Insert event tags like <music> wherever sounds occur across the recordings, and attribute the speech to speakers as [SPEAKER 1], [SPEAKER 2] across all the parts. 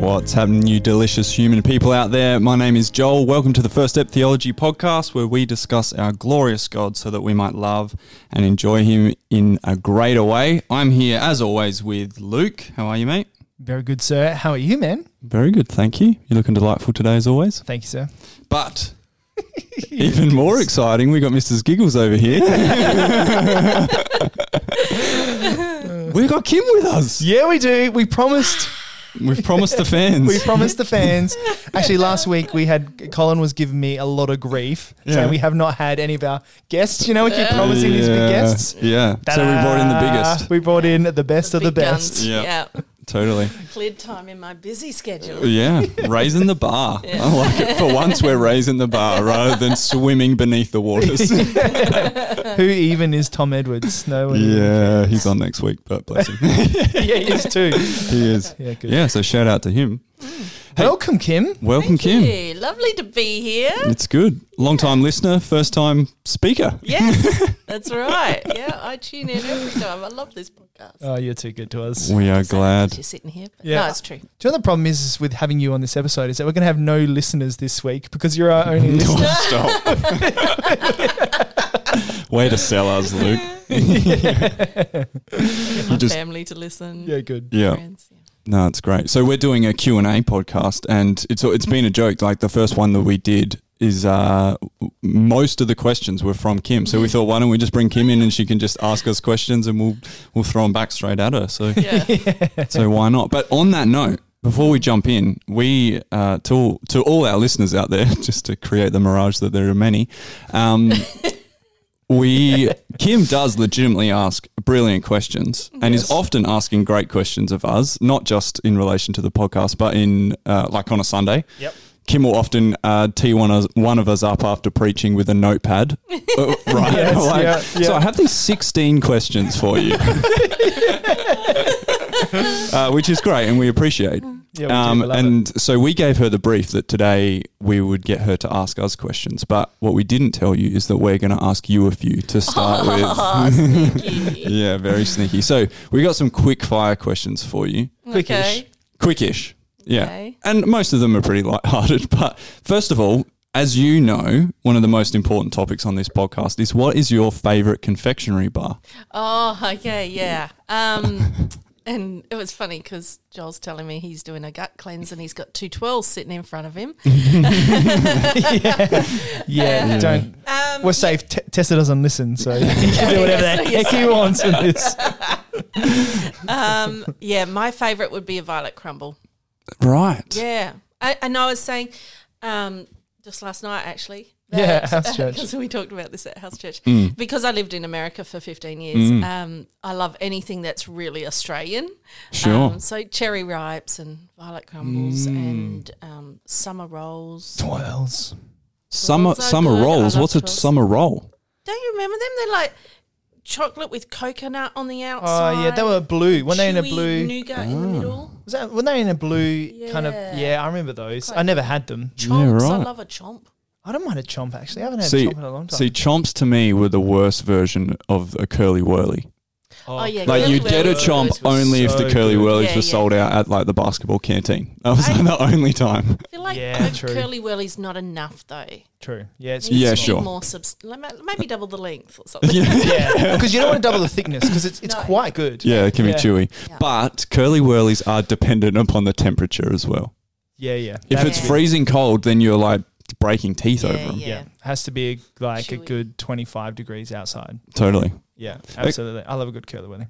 [SPEAKER 1] What's happening, you delicious human people out there? My name is Joel. Welcome to the First Step Theology podcast, where we discuss our glorious God so that we might love and enjoy Him in a greater way. I'm here, as always, with Luke. How are you, mate?
[SPEAKER 2] Very good, sir. How are you, man?
[SPEAKER 1] Very good, thank you. You're looking delightful today, as always.
[SPEAKER 2] Thank you, sir.
[SPEAKER 1] But <laughs> even more exciting, we got Mrs. Giggles over <laughs> here. We've got Kim with us.
[SPEAKER 2] Yeah, we do. We promised.
[SPEAKER 1] We've promised the <laughs> fans.
[SPEAKER 2] <laughs> We promised the fans. Actually, <laughs> last week we had Colin was giving me a lot of grief, and
[SPEAKER 1] Yeah.
[SPEAKER 2] we have not had any of our guests. You know, we keep promising these big guests.
[SPEAKER 1] Yeah. So we brought in the
[SPEAKER 2] Ta-da!
[SPEAKER 1] biggest.
[SPEAKER 2] We brought in the best of the
[SPEAKER 3] big
[SPEAKER 2] best.
[SPEAKER 3] guns.
[SPEAKER 1] Yeah.
[SPEAKER 3] Yeah.
[SPEAKER 1] Totally.
[SPEAKER 3] Cleared time in my busy schedule.
[SPEAKER 1] Yeah. Raising the bar. I like it. For once, we're raising the bar rather than swimming beneath the
[SPEAKER 3] <laughs>
[SPEAKER 1] waters.
[SPEAKER 2] Who even is Tom Edwards? No one.
[SPEAKER 1] yeah. He's on next week, but bless him.
[SPEAKER 2] <laughs> yeah, he is too.
[SPEAKER 1] he is.
[SPEAKER 2] Yeah, good.
[SPEAKER 1] Yeah. So shout out to him.
[SPEAKER 2] Welcome, Kim.
[SPEAKER 1] Welcome,
[SPEAKER 3] Thank
[SPEAKER 1] Kim.
[SPEAKER 3] you. Lovely to be here.
[SPEAKER 1] It's good. Long time listener, first time speaker.
[SPEAKER 3] Yes, that's right. Yeah, I tune in every time. I love this podcast.
[SPEAKER 2] Oh, you're too good to us.
[SPEAKER 1] We are glad.
[SPEAKER 3] You're sitting here. But
[SPEAKER 2] Yeah.
[SPEAKER 3] No, it's true.
[SPEAKER 2] Do you know the problem is, is with having you on this episode is that we're going to have no listeners this week because you're our only
[SPEAKER 1] Mm-hmm.
[SPEAKER 2] listener.
[SPEAKER 1] Stop. <laughs> Way to sell us,
[SPEAKER 3] <laughs>
[SPEAKER 1] Luke.
[SPEAKER 3] Get my
[SPEAKER 1] just-
[SPEAKER 3] family to listen.
[SPEAKER 2] <laughs> Yeah, good.
[SPEAKER 1] Yeah.
[SPEAKER 3] Friends. Yeah.
[SPEAKER 1] No, it's great. So we're doing a Q and A podcast, and it's it's been a joke. Like the first one that we did is uh, most of the questions were from Kim. So we thought, why don't we just bring Kim in and she can just ask us questions, and we'll we'll throw them back straight at her. So
[SPEAKER 2] <laughs>
[SPEAKER 3] Yeah.
[SPEAKER 1] so why not? But on that note, before we jump in, we uh, to all, to all our listeners out there, <laughs> just to create the mirage that there are many. Um, we Kim does legitimately ask brilliant questions and is often asking great questions of us, not just in relation to the podcast, but in uh, like on a Sunday.
[SPEAKER 2] Yep.
[SPEAKER 1] Kim will often uh, tee one of, one of us up after preaching with a
[SPEAKER 2] <laughs>
[SPEAKER 1] notepad, Uh, right?
[SPEAKER 2] Yes,
[SPEAKER 1] Like,
[SPEAKER 2] yeah,
[SPEAKER 1] So
[SPEAKER 2] yeah.
[SPEAKER 1] I have these sixteen questions for
[SPEAKER 2] <laughs>
[SPEAKER 1] you, uh, which is great, and we appreciate.
[SPEAKER 2] Yeah, we do.
[SPEAKER 1] Um,
[SPEAKER 2] We love
[SPEAKER 1] and so we gave her the brief that today we would get her to ask us questions. But what we didn't tell you is that we're going to ask you a few to
[SPEAKER 3] <laughs>
[SPEAKER 1] start with.
[SPEAKER 3] Ah, sneaky.
[SPEAKER 1] <laughs> Yeah, very sneaky. So we got some quick fire questions for you.
[SPEAKER 2] Quickish.
[SPEAKER 3] Okay.
[SPEAKER 1] Quickish. Yeah.
[SPEAKER 3] Okay.
[SPEAKER 1] And most of them are pretty lighthearted. <laughs> But first of all, as you know, one of the most important topics on this podcast is what is your favorite confectionery bar?
[SPEAKER 3] Oh, okay. Yeah. Um, and it was funny because Joel's telling me he's doing a gut cleanse and he's got two twirls sitting in front of him.
[SPEAKER 2] yeah. Don't.
[SPEAKER 3] Um,
[SPEAKER 2] We're safe. T- Tessa doesn't listen, so you can do whatever the heck he wants
[SPEAKER 3] <laughs>
[SPEAKER 2] with this.
[SPEAKER 3] um, yeah, my favorite would be a violet crumble.
[SPEAKER 1] Right.
[SPEAKER 3] Yeah. I, and I was saying um, just last night, actually.
[SPEAKER 2] Yeah, house
[SPEAKER 3] <laughs>
[SPEAKER 2] church. Mm.
[SPEAKER 3] Because we talked about this at house church. Because I lived in America for 15 years, um, I love anything that's really Australian.
[SPEAKER 1] Sure.
[SPEAKER 3] Um, so cherry ripes and violet crumbles
[SPEAKER 2] Mm.
[SPEAKER 3] and um, summer rolls.
[SPEAKER 2] Twirls.
[SPEAKER 1] summer
[SPEAKER 3] Twirls are
[SPEAKER 1] summer
[SPEAKER 3] good. I
[SPEAKER 1] rolls.
[SPEAKER 3] love
[SPEAKER 1] What's a
[SPEAKER 3] twirls.
[SPEAKER 1] summer roll?
[SPEAKER 3] Don't you remember them? They're like chocolate with coconut on the outside.
[SPEAKER 2] Oh yeah, they were blue. Weren't they in a
[SPEAKER 3] chewy
[SPEAKER 2] blue? Ah.
[SPEAKER 3] nougat in the middle.
[SPEAKER 2] was that? Weren't they in a blue kind of?
[SPEAKER 3] Yeah.
[SPEAKER 2] Yeah, I remember those. I never had them.
[SPEAKER 3] Chomps. I
[SPEAKER 1] right.
[SPEAKER 3] love a chomp.
[SPEAKER 2] I don't mind a chomp actually. I haven't had
[SPEAKER 1] see,
[SPEAKER 2] a chomp in a long time.
[SPEAKER 1] see, chomps to me were the worst version of a curly whirly.
[SPEAKER 3] Oh, yeah.
[SPEAKER 1] Like
[SPEAKER 3] Curly
[SPEAKER 1] you'd get a
[SPEAKER 3] Whirlies
[SPEAKER 1] chomp
[SPEAKER 2] were
[SPEAKER 1] only if
[SPEAKER 2] so
[SPEAKER 1] the curly
[SPEAKER 2] good.
[SPEAKER 1] whirlies
[SPEAKER 3] Yeah,
[SPEAKER 1] were
[SPEAKER 3] yeah.
[SPEAKER 1] sold out at like the basketball canteen. That was like, <laughs> the only time.
[SPEAKER 3] I feel like
[SPEAKER 2] Yeah,
[SPEAKER 3] a
[SPEAKER 2] true.
[SPEAKER 3] curly whirly's not enough, though.
[SPEAKER 2] True. Yeah, it's
[SPEAKER 1] Yeah,
[SPEAKER 3] Needs to be
[SPEAKER 1] sure.
[SPEAKER 3] More subs- like, maybe double the length or something.
[SPEAKER 2] <laughs> yeah, because you don't want to double the thickness because it's it's
[SPEAKER 3] No.
[SPEAKER 2] quite
[SPEAKER 1] <laughs>
[SPEAKER 2] good.
[SPEAKER 1] Yeah, it can
[SPEAKER 2] Yeah.
[SPEAKER 1] be chewy. But curly whirlies are dependent upon the temperature as well.
[SPEAKER 2] yeah. yeah.
[SPEAKER 1] If
[SPEAKER 2] That-
[SPEAKER 1] it's freezing cold, then you're like breaking teeth over them.
[SPEAKER 3] yeah.
[SPEAKER 2] yeah, has to be like a
[SPEAKER 3] Chewy.
[SPEAKER 2] good twenty-five degrees outside.
[SPEAKER 1] Totally.
[SPEAKER 2] Yeah, absolutely. I love a good curly weather.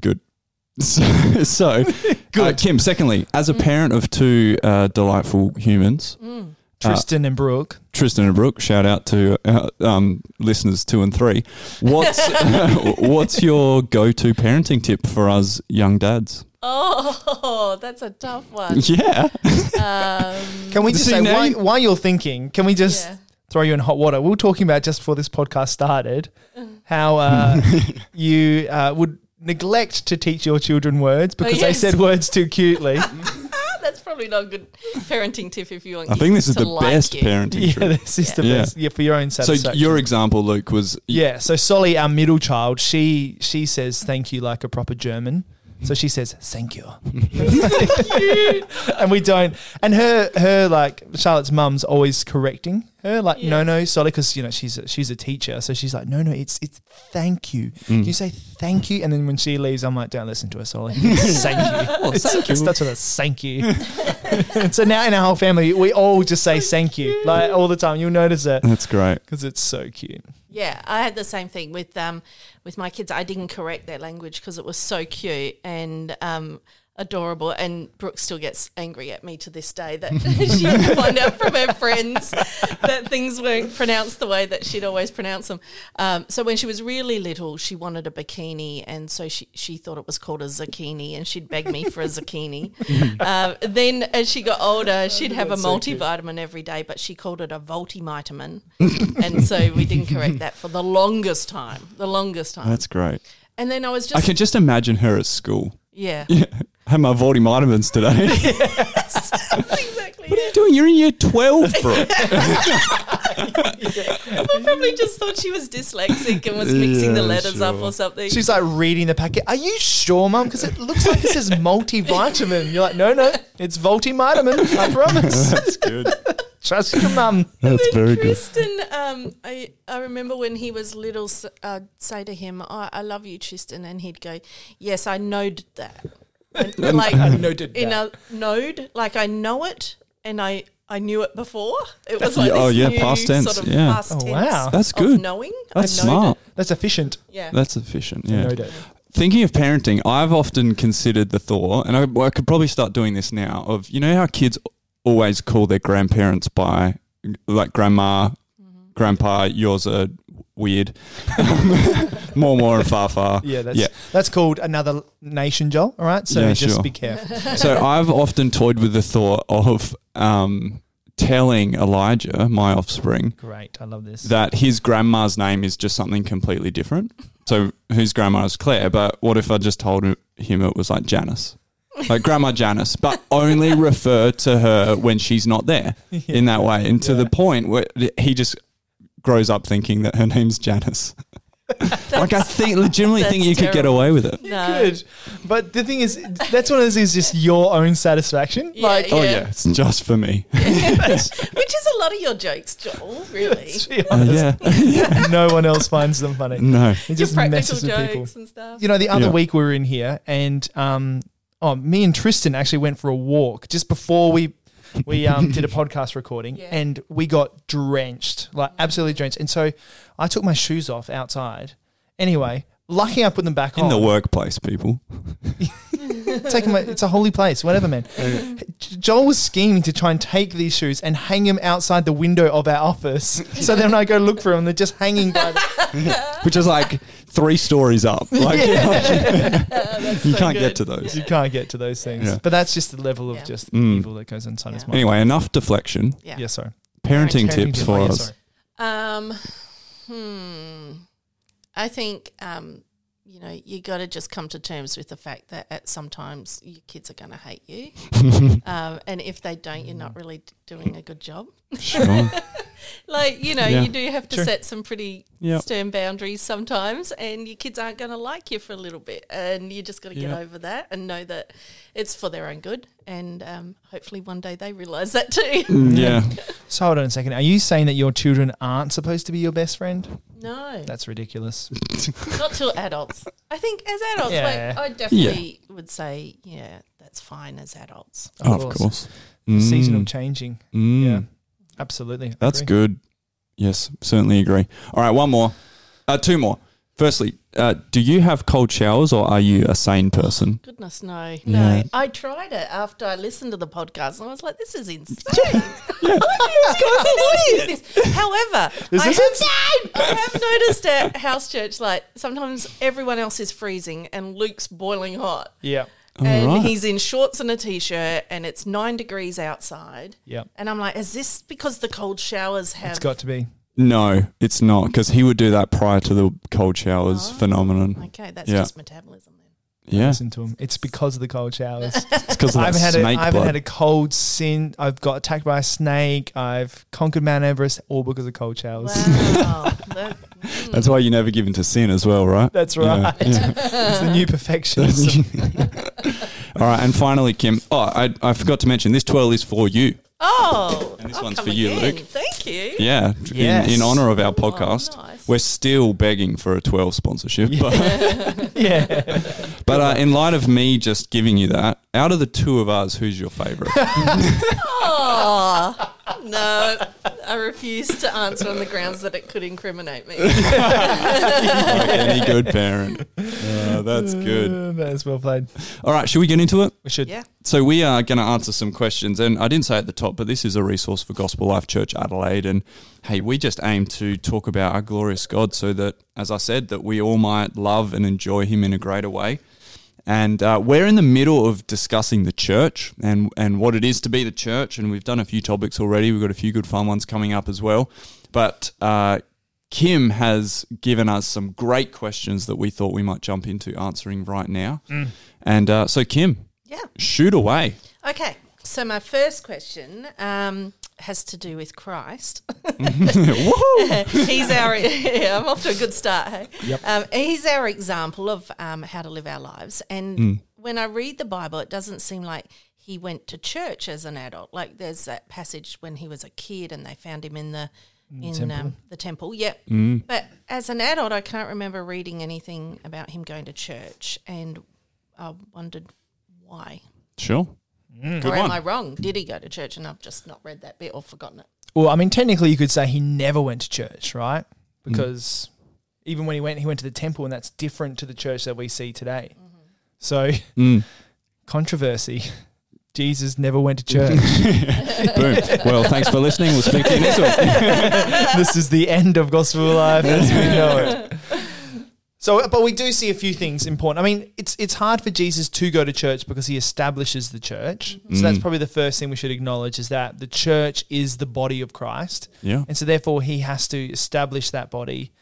[SPEAKER 1] Good. <laughs> So, so good. Kim, secondly, as a parent of two uh, delightful humans,
[SPEAKER 3] Mm.
[SPEAKER 2] Tristan and Brooke.
[SPEAKER 1] Tristan and Brooke, shout out to uh, um, listeners two and three.
[SPEAKER 3] <laughs>
[SPEAKER 1] What's <laughs> what's your go to parenting tip for us young dads?
[SPEAKER 3] Oh, <laughs> that's a
[SPEAKER 1] <laughs>
[SPEAKER 3] tough one.
[SPEAKER 1] Yeah,
[SPEAKER 3] Um,
[SPEAKER 2] Can we just
[SPEAKER 1] See,
[SPEAKER 2] say
[SPEAKER 1] now
[SPEAKER 2] why,
[SPEAKER 1] you-
[SPEAKER 2] why you're thinking? Can we just
[SPEAKER 3] Yeah.
[SPEAKER 2] throw you in hot water? We were talking about just before this podcast
[SPEAKER 3] <laughs>
[SPEAKER 2] started how uh, you uh, would neglect to teach your children words because
[SPEAKER 3] Oh, yes.
[SPEAKER 2] they said words too
[SPEAKER 3] <laughs>
[SPEAKER 2] cutely. <laughs>
[SPEAKER 3] that's probably not a good parenting tip if you want.
[SPEAKER 1] I
[SPEAKER 3] kids
[SPEAKER 1] think this is
[SPEAKER 3] to
[SPEAKER 1] the
[SPEAKER 3] like
[SPEAKER 1] best
[SPEAKER 3] you.
[SPEAKER 1] parenting
[SPEAKER 2] yeah,
[SPEAKER 1] tip.
[SPEAKER 2] this is the
[SPEAKER 1] Yeah.
[SPEAKER 2] best. Yeah, for your own
[SPEAKER 1] So
[SPEAKER 2] satisfaction.
[SPEAKER 1] your example, Luke, was
[SPEAKER 2] yeah, so Solly, our middle child, she she says thank you like a proper German. So she says, thank you. <laughs> and we don't. And her, her like, Charlotte's mum's always correcting her, like,
[SPEAKER 3] Yeah.
[SPEAKER 2] no, no, sorry, because, you know, she's a, she's a teacher. So she's like, no, no, it's it's thank you.
[SPEAKER 1] Mm.
[SPEAKER 2] Can you say thank you? And then when she leaves, I'm like, don't listen to
[SPEAKER 1] <laughs>
[SPEAKER 2] her, Solly. It's thank you. It's-
[SPEAKER 1] thank you.
[SPEAKER 2] it's- That's what it's thank you. <laughs> so now in our whole family, we all just say thank you, like, all the time. You'll notice it
[SPEAKER 1] That's great.
[SPEAKER 2] because it's so cute.
[SPEAKER 3] Yeah, I had the same thing with um with my kids. I didn't correct their language because it was so cute and um adorable. And Brooke still gets angry at me to this day that <laughs> she would find out from her friends that things weren't pronounced the way that she'd always pronounced them. Um, so when she was really little, she wanted a bikini, and so she she thought it was called a zucchini, and she'd beg me for a zucchini. um, then as she got older, she'd have a multivitamin every day, but she called it a multivitamin and so we didn't correct that for the longest time. The longest time.
[SPEAKER 1] That's great.
[SPEAKER 3] and then I was
[SPEAKER 1] I
[SPEAKER 3] just
[SPEAKER 1] can just imagine her at school. <laughs>
[SPEAKER 3] yeah,
[SPEAKER 1] I had my multivitamins today. what are
[SPEAKER 3] <laughs> exactly.
[SPEAKER 1] you doing? You're in year 12, bro.
[SPEAKER 3] I probably just thought she was dyslexic and was mixing the
[SPEAKER 1] Yeah,
[SPEAKER 3] letters up
[SPEAKER 1] sure.
[SPEAKER 3] or something.
[SPEAKER 2] She's like reading the packet. Are you sure, Mum? Because it looks like it says multivitamin. You're like, no, no, it's multivitamin. I promise. <laughs>
[SPEAKER 1] That's good.
[SPEAKER 2] Trust your mum.
[SPEAKER 1] That's very good.
[SPEAKER 3] Tristan, um, I I remember when he was little, s- I'd say to him, oh, "I love you, Tristan," and he'd go, "Yes, I knowed that."
[SPEAKER 1] <laughs>
[SPEAKER 3] And, like I
[SPEAKER 2] noted
[SPEAKER 3] in
[SPEAKER 2] that.
[SPEAKER 3] a node, like I know it, and I I knew it before. It was like
[SPEAKER 1] Yeah, oh,
[SPEAKER 3] this
[SPEAKER 1] yeah,
[SPEAKER 3] new
[SPEAKER 1] past tense,
[SPEAKER 3] sort of
[SPEAKER 1] yeah.
[SPEAKER 3] past
[SPEAKER 2] Oh,
[SPEAKER 3] tense
[SPEAKER 2] wow.
[SPEAKER 1] That's
[SPEAKER 3] of
[SPEAKER 1] good.
[SPEAKER 3] knowing.
[SPEAKER 1] That's
[SPEAKER 3] I knowed
[SPEAKER 1] smart.
[SPEAKER 3] It.
[SPEAKER 2] That's efficient.
[SPEAKER 3] Yeah.
[SPEAKER 1] That's efficient.
[SPEAKER 2] I
[SPEAKER 1] Yeah.
[SPEAKER 2] know that.
[SPEAKER 1] Thinking of parenting, I've often considered the thought, and I, well, I could probably start doing this now. Of you know how kids always call their grandparents by like grandma, grandpa. Yours are weird. <laughs> more, more, and far, far.
[SPEAKER 2] Yeah, that's
[SPEAKER 1] Yeah.
[SPEAKER 2] that's called another nation, Joel. All right, so
[SPEAKER 1] Yeah,
[SPEAKER 2] just
[SPEAKER 1] sure.
[SPEAKER 2] be careful. <laughs>
[SPEAKER 1] so I've often toyed with the thought of um, telling Elijah, my offspring,
[SPEAKER 2] Great, I love this.
[SPEAKER 1] that his grandma's name is just something completely different. So whose grandma is Claire? But what if I just told him- him it was like Janice, like
[SPEAKER 3] <laughs>
[SPEAKER 1] Grandma Janice, but only refer to her when she's not there in that way, and to the point where he just grows up thinking that her name's
[SPEAKER 3] <laughs>
[SPEAKER 1] Janice. like I think, legitimately think
[SPEAKER 3] that's
[SPEAKER 1] you could get
[SPEAKER 3] terrible.
[SPEAKER 1] away with it.
[SPEAKER 3] No.
[SPEAKER 2] Good, but the thing is, that's one of those is just your own satisfaction.
[SPEAKER 3] Yeah,
[SPEAKER 2] like,
[SPEAKER 1] Oh yeah, it's just for
[SPEAKER 3] <laughs>
[SPEAKER 1] me.
[SPEAKER 3] Which is a lot of your jokes,
[SPEAKER 2] <laughs>
[SPEAKER 3] Joel, really.
[SPEAKER 2] to be
[SPEAKER 1] Oh
[SPEAKER 2] honest,
[SPEAKER 1] <laughs>
[SPEAKER 3] <laughs>
[SPEAKER 1] yeah,
[SPEAKER 2] no one else finds them funny.
[SPEAKER 1] no.
[SPEAKER 2] It
[SPEAKER 3] Your
[SPEAKER 2] just
[SPEAKER 3] practical
[SPEAKER 2] messes
[SPEAKER 3] jokes
[SPEAKER 2] with people.
[SPEAKER 3] and stuff.
[SPEAKER 2] you know, the other
[SPEAKER 1] Yeah.
[SPEAKER 2] week we were in here and um, oh, me and Tristan actually went for a walk just before we we um,
[SPEAKER 1] <laughs>
[SPEAKER 2] did a podcast recording
[SPEAKER 3] Yeah.
[SPEAKER 2] and we got drenched, like absolutely drenched. And so I took my shoes off outside. Anyway, lucky I put them back
[SPEAKER 1] In
[SPEAKER 2] on.
[SPEAKER 3] Oh.
[SPEAKER 1] the
[SPEAKER 2] <laughs>
[SPEAKER 1] workplace, people.
[SPEAKER 2] Taking my, it's a holy place,
[SPEAKER 1] <laughs>
[SPEAKER 2] whatever, man. J- Joel was scheming to try and take these shoes and hang them outside the window of our office. <laughs> so then when I go look for them, they're just hanging by
[SPEAKER 3] <laughs>
[SPEAKER 2] the,
[SPEAKER 1] which is like three stories up. <laughs> Like you can't
[SPEAKER 3] Oh, good.
[SPEAKER 1] get to those.
[SPEAKER 2] you can't get to those things.
[SPEAKER 1] Yeah.
[SPEAKER 2] But that's just the level of
[SPEAKER 3] Yeah.
[SPEAKER 2] just
[SPEAKER 1] Mm.
[SPEAKER 2] evil that goes inside his
[SPEAKER 3] Yeah.
[SPEAKER 2] mind.
[SPEAKER 1] Anyway, enough deflection.
[SPEAKER 3] Yeah.
[SPEAKER 2] Yeah, sorry.
[SPEAKER 1] Parenting,
[SPEAKER 2] Parenting
[SPEAKER 1] tips
[SPEAKER 2] tip.
[SPEAKER 1] for
[SPEAKER 2] Oh, yeah,
[SPEAKER 1] us.
[SPEAKER 2] sorry.
[SPEAKER 3] Um, hmm. I think, um, you know, you got to just come to terms with the fact that at sometimes your kids are going to hate you. um, and if they don't, you're not really d- doing a good job.
[SPEAKER 1] <laughs> Sure.
[SPEAKER 3] Like, you know,
[SPEAKER 1] Yeah.
[SPEAKER 3] you do have to
[SPEAKER 2] Sure.
[SPEAKER 3] set some pretty
[SPEAKER 1] Yep.
[SPEAKER 3] stern boundaries sometimes, and your kids aren't going to like you for a little bit. And you just got to get
[SPEAKER 1] Yeah.
[SPEAKER 3] over that and know that it's for their own good. And um, hopefully one day they realize
[SPEAKER 1] <laughs>
[SPEAKER 3] that too.
[SPEAKER 1] yeah.
[SPEAKER 2] So hold on a second. Are you saying that your children aren't supposed to be your best friend?
[SPEAKER 3] No,
[SPEAKER 2] That's ridiculous.
[SPEAKER 3] not <laughs> till adults. I think as adults,
[SPEAKER 2] Yeah.
[SPEAKER 3] like, I definitely would say, yeah, that's fine as adults.
[SPEAKER 1] Oh, of course. Mm.
[SPEAKER 2] Seasonal changing.
[SPEAKER 1] Mm.
[SPEAKER 2] Yeah, absolutely. I
[SPEAKER 1] That's
[SPEAKER 2] agree.
[SPEAKER 1] good. Yes, certainly agree. All right, one more. Uh, two more. Firstly, uh, do you have cold showers or are you a sane person?
[SPEAKER 3] Goodness, no,
[SPEAKER 1] Yeah.
[SPEAKER 3] no. I tried it after I listened to the podcast, and I was like, this is insane.
[SPEAKER 2] <laughs>
[SPEAKER 3] <laughs> I feel like this. However,
[SPEAKER 2] This
[SPEAKER 3] I
[SPEAKER 2] is
[SPEAKER 3] have- <laughs> I have noticed at house church, like sometimes everyone else is freezing and Luke's boiling hot.
[SPEAKER 2] Yeah.
[SPEAKER 3] and
[SPEAKER 1] right.
[SPEAKER 3] he's in shorts and a t-shirt and it's nine degrees outside
[SPEAKER 2] Yeah.
[SPEAKER 3] and i'm like is this because the cold showers have
[SPEAKER 2] It's got to be.
[SPEAKER 1] No, it's
[SPEAKER 2] Oh.
[SPEAKER 1] not because he would do that prior to the cold showers phenomenon.
[SPEAKER 3] okay that's
[SPEAKER 1] Yeah.
[SPEAKER 3] just metabolism then
[SPEAKER 2] I
[SPEAKER 1] Yeah,
[SPEAKER 2] listen to them. It's because of the cold showers.
[SPEAKER 1] <laughs> it's because
[SPEAKER 2] <laughs>
[SPEAKER 1] of
[SPEAKER 2] I've
[SPEAKER 1] that
[SPEAKER 2] had a,
[SPEAKER 1] snake
[SPEAKER 2] I've
[SPEAKER 1] blood.
[SPEAKER 2] had a cold sin. I've got attacked by a snake. I've conquered Mount Everest, all because of cold showers.
[SPEAKER 3] Wow. That- mm.
[SPEAKER 1] That's why you never give in to sin as well, right?
[SPEAKER 2] <laughs> That's
[SPEAKER 1] Yeah,
[SPEAKER 2] right.
[SPEAKER 1] yeah.
[SPEAKER 2] It's the new perfectionism.
[SPEAKER 1] <laughs> All right,
[SPEAKER 2] <laughs>
[SPEAKER 1] and finally, Kim. Oh, I, I forgot to mention this twirl is for you.
[SPEAKER 3] Oh,
[SPEAKER 1] And this
[SPEAKER 3] I'll
[SPEAKER 1] one's
[SPEAKER 3] come
[SPEAKER 1] for you,
[SPEAKER 3] again.
[SPEAKER 1] Luke.
[SPEAKER 3] Thank you.
[SPEAKER 1] Yeah,
[SPEAKER 2] Yes.
[SPEAKER 1] in, in honor of our
[SPEAKER 3] Oh,
[SPEAKER 1] podcast.
[SPEAKER 3] nice.
[SPEAKER 1] We're still begging for a 12 sponsorship.
[SPEAKER 3] <laughs>
[SPEAKER 1] But,
[SPEAKER 2] yeah.
[SPEAKER 1] but uh, in light of me just giving you that, out of the two of us, who's your
[SPEAKER 3] <laughs>
[SPEAKER 1] favorite?
[SPEAKER 3] Oh, no, I refuse to answer on the grounds that it could incriminate me.
[SPEAKER 1] Any good parent. Uh, that's good.
[SPEAKER 2] <laughs> Uh, That's well played.
[SPEAKER 1] All right, should we get into it?
[SPEAKER 2] We should.
[SPEAKER 3] Yeah.
[SPEAKER 1] So we are going to answer some questions, and I didn't say at the top, but this is a resource for Gospel Life Church Adelaide, and hey, we just aim to talk about our glorious God, so that, as I said, that we all might love and enjoy Him in a greater way. And uh, we're in the middle of discussing the church and and what it is to be the church, and we've done a few topics already. We've got a few good fun ones coming up as well, but. Uh, Kim has given us some great questions that we thought we might jump into answering right now. And uh, so, Kim,
[SPEAKER 3] Yeah.
[SPEAKER 1] shoot away.
[SPEAKER 3] Okay. So, my first question um, has to do with <laughs> Christ. <laughs> he's our, yeah, I'm off to a good start. Hey?
[SPEAKER 2] Yep.
[SPEAKER 3] Um, he's our example of um, how to live our lives. And when I read the Bible, it doesn't seem like he went to church as an adult. Like there's that passage when he was a kid and they found him in the in Um, the temple. Hmm. Yep. But as an adult, I can't remember reading anything about him going to church, and I wondered why.
[SPEAKER 1] Sure. Good
[SPEAKER 3] or
[SPEAKER 1] one.
[SPEAKER 3] am I wrong? Did he go to church? And I've just not read that bit or forgotten it.
[SPEAKER 2] Well, I mean, technically, you could say he never went to church, right? Because even when he went, he went to the temple, and that's different to the church that we see today. So,
[SPEAKER 1] Mm.
[SPEAKER 2] <laughs> controversy. <laughs> Jesus never went to church.
[SPEAKER 1] Boom. Well, thanks for listening. We'll speak to you next week.
[SPEAKER 2] <laughs> this is the end of gospel life as we know it. So, but we do see a few things important. I mean, it's it's hard for Jesus to go to church because he establishes the church. So that's probably the first thing we should acknowledge is that the church is the body of Christ,
[SPEAKER 1] Yeah.
[SPEAKER 2] and so therefore he has to establish that body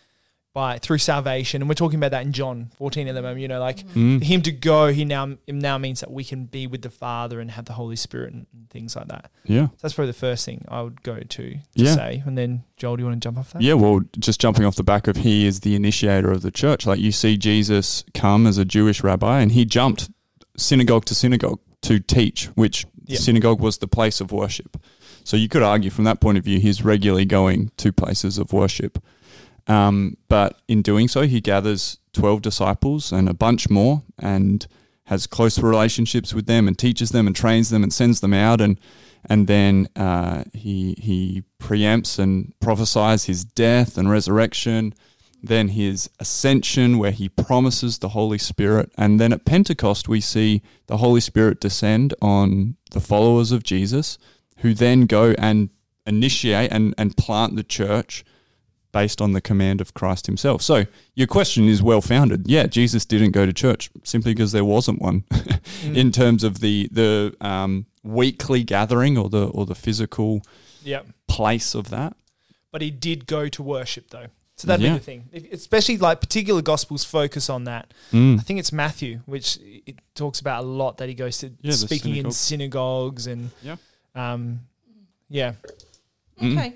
[SPEAKER 2] by through salvation. And we're talking about that in John fourteen at the moment. You know, like for
[SPEAKER 1] Mm-hmm. Mm,
[SPEAKER 2] him to go, he now it now means that we can be with the Father and have the Holy Spirit and things like that.
[SPEAKER 1] Yeah.
[SPEAKER 2] So that's probably the first thing I would go to, to
[SPEAKER 1] Yeah.
[SPEAKER 2] say. And then Joel, do you want to jump off that?
[SPEAKER 1] Yeah. Well, just jumping off the back of he is the initiator of the church. Like you see Jesus come as a Jewish rabbi and he jumped synagogue to synagogue to teach, which
[SPEAKER 2] Yeah.
[SPEAKER 1] synagogue was the place of worship. So you could argue from that point of view, he's regularly going to places of worship. Um, but in doing so, he gathers 12 disciples and a bunch more and has close relationships with them and teaches them and trains them and sends them out. And, and then uh, he, he preempts and prophesies his death and resurrection, then his ascension, where he promises the Holy Spirit. And then at Pentecost, we see the Holy Spirit descend on the followers of Jesus, who then go and initiate and, and plant the church based on the command of Christ himself. So your question is well founded. Yeah, Jesus didn't go to church simply because there wasn't one <laughs> in terms of the the um, weekly gathering or the or the physical
[SPEAKER 2] Yep.
[SPEAKER 1] place of that.
[SPEAKER 2] But he did go to worship though. So that'd
[SPEAKER 1] Yeah.
[SPEAKER 2] be the thing. If- Especially like particular gospels focus on that. I
[SPEAKER 1] Mm.
[SPEAKER 2] think it's Matthew, which it talks about a lot that he goes to
[SPEAKER 1] Yeah, the
[SPEAKER 2] speaking in synagogues and
[SPEAKER 1] Yeah.
[SPEAKER 2] um yeah.
[SPEAKER 1] Mm-hmm.
[SPEAKER 3] Okay.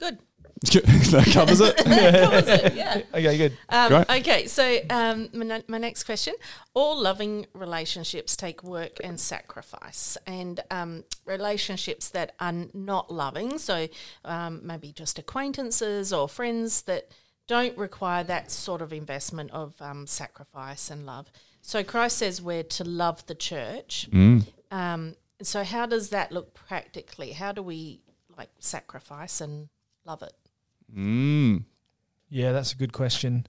[SPEAKER 3] Good.
[SPEAKER 1] <laughs> that covers it.
[SPEAKER 3] Covers it, yeah.
[SPEAKER 2] Okay, good.
[SPEAKER 3] Um,
[SPEAKER 1] Great.
[SPEAKER 3] okay, so um, my, ne- my next question: All loving relationships take work and sacrifice, and um, relationships that are not loving, so um, maybe just acquaintances or friends that don't require that sort of investment of um, sacrifice and love. So Christ says we're to love the church.
[SPEAKER 1] Mm.
[SPEAKER 3] Um, so how does that look practically? How do we like sacrifice and love it?
[SPEAKER 1] Mm.
[SPEAKER 2] Yeah, that's a good question.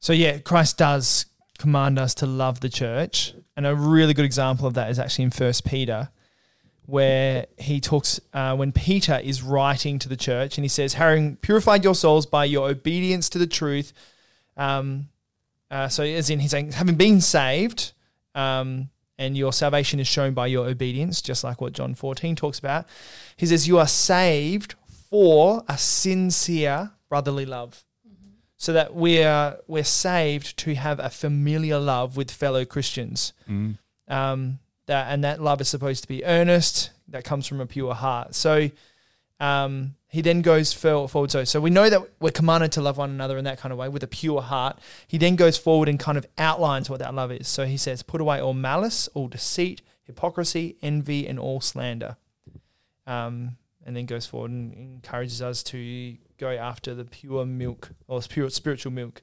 [SPEAKER 2] So yeah, Christ does command us to love the church, and a really good example of that is actually in First Peter, where he talks uh, when Peter is writing to the church, and he says, "Having purified your souls by your obedience to the truth." Um, uh, so as in he's saying, having been saved, um, and your salvation is shown by your obedience, just like what John fourteen talks about. He says, "You are saved for a sincere brotherly love." so that we are we're saved to have a familiar love with fellow Christians.
[SPEAKER 1] Mm.
[SPEAKER 2] Um, that and that love is supposed to be earnest. That comes from a pure heart. So um, he then goes for- forward. So so we know that we're commanded to love one another in that kind of way with a pure heart. He then goes forward and kind of outlines what that love is. So he says, "Put away all malice, all deceit, hypocrisy, envy, and all slander." Um, and then goes forward and encourages us to go after the pure milk or pure spiritual milk.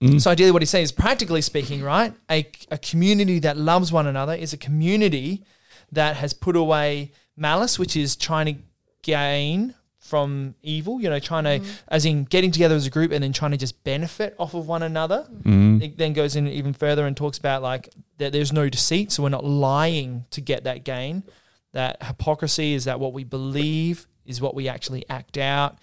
[SPEAKER 1] Mm.
[SPEAKER 2] So ideally, what he's saying is, practically speaking, right, a, a community that loves one another is a community that has put away malice, which is trying to gain from evil. You know, trying to,
[SPEAKER 3] Mm.
[SPEAKER 2] as in getting together as a group and then trying to just benefit off of one another.
[SPEAKER 1] Mm.
[SPEAKER 2] It then goes in even further and talks about like that there's no deceit, so we're not lying to get that gain. That hypocrisy is that what we believe is what we actually act out.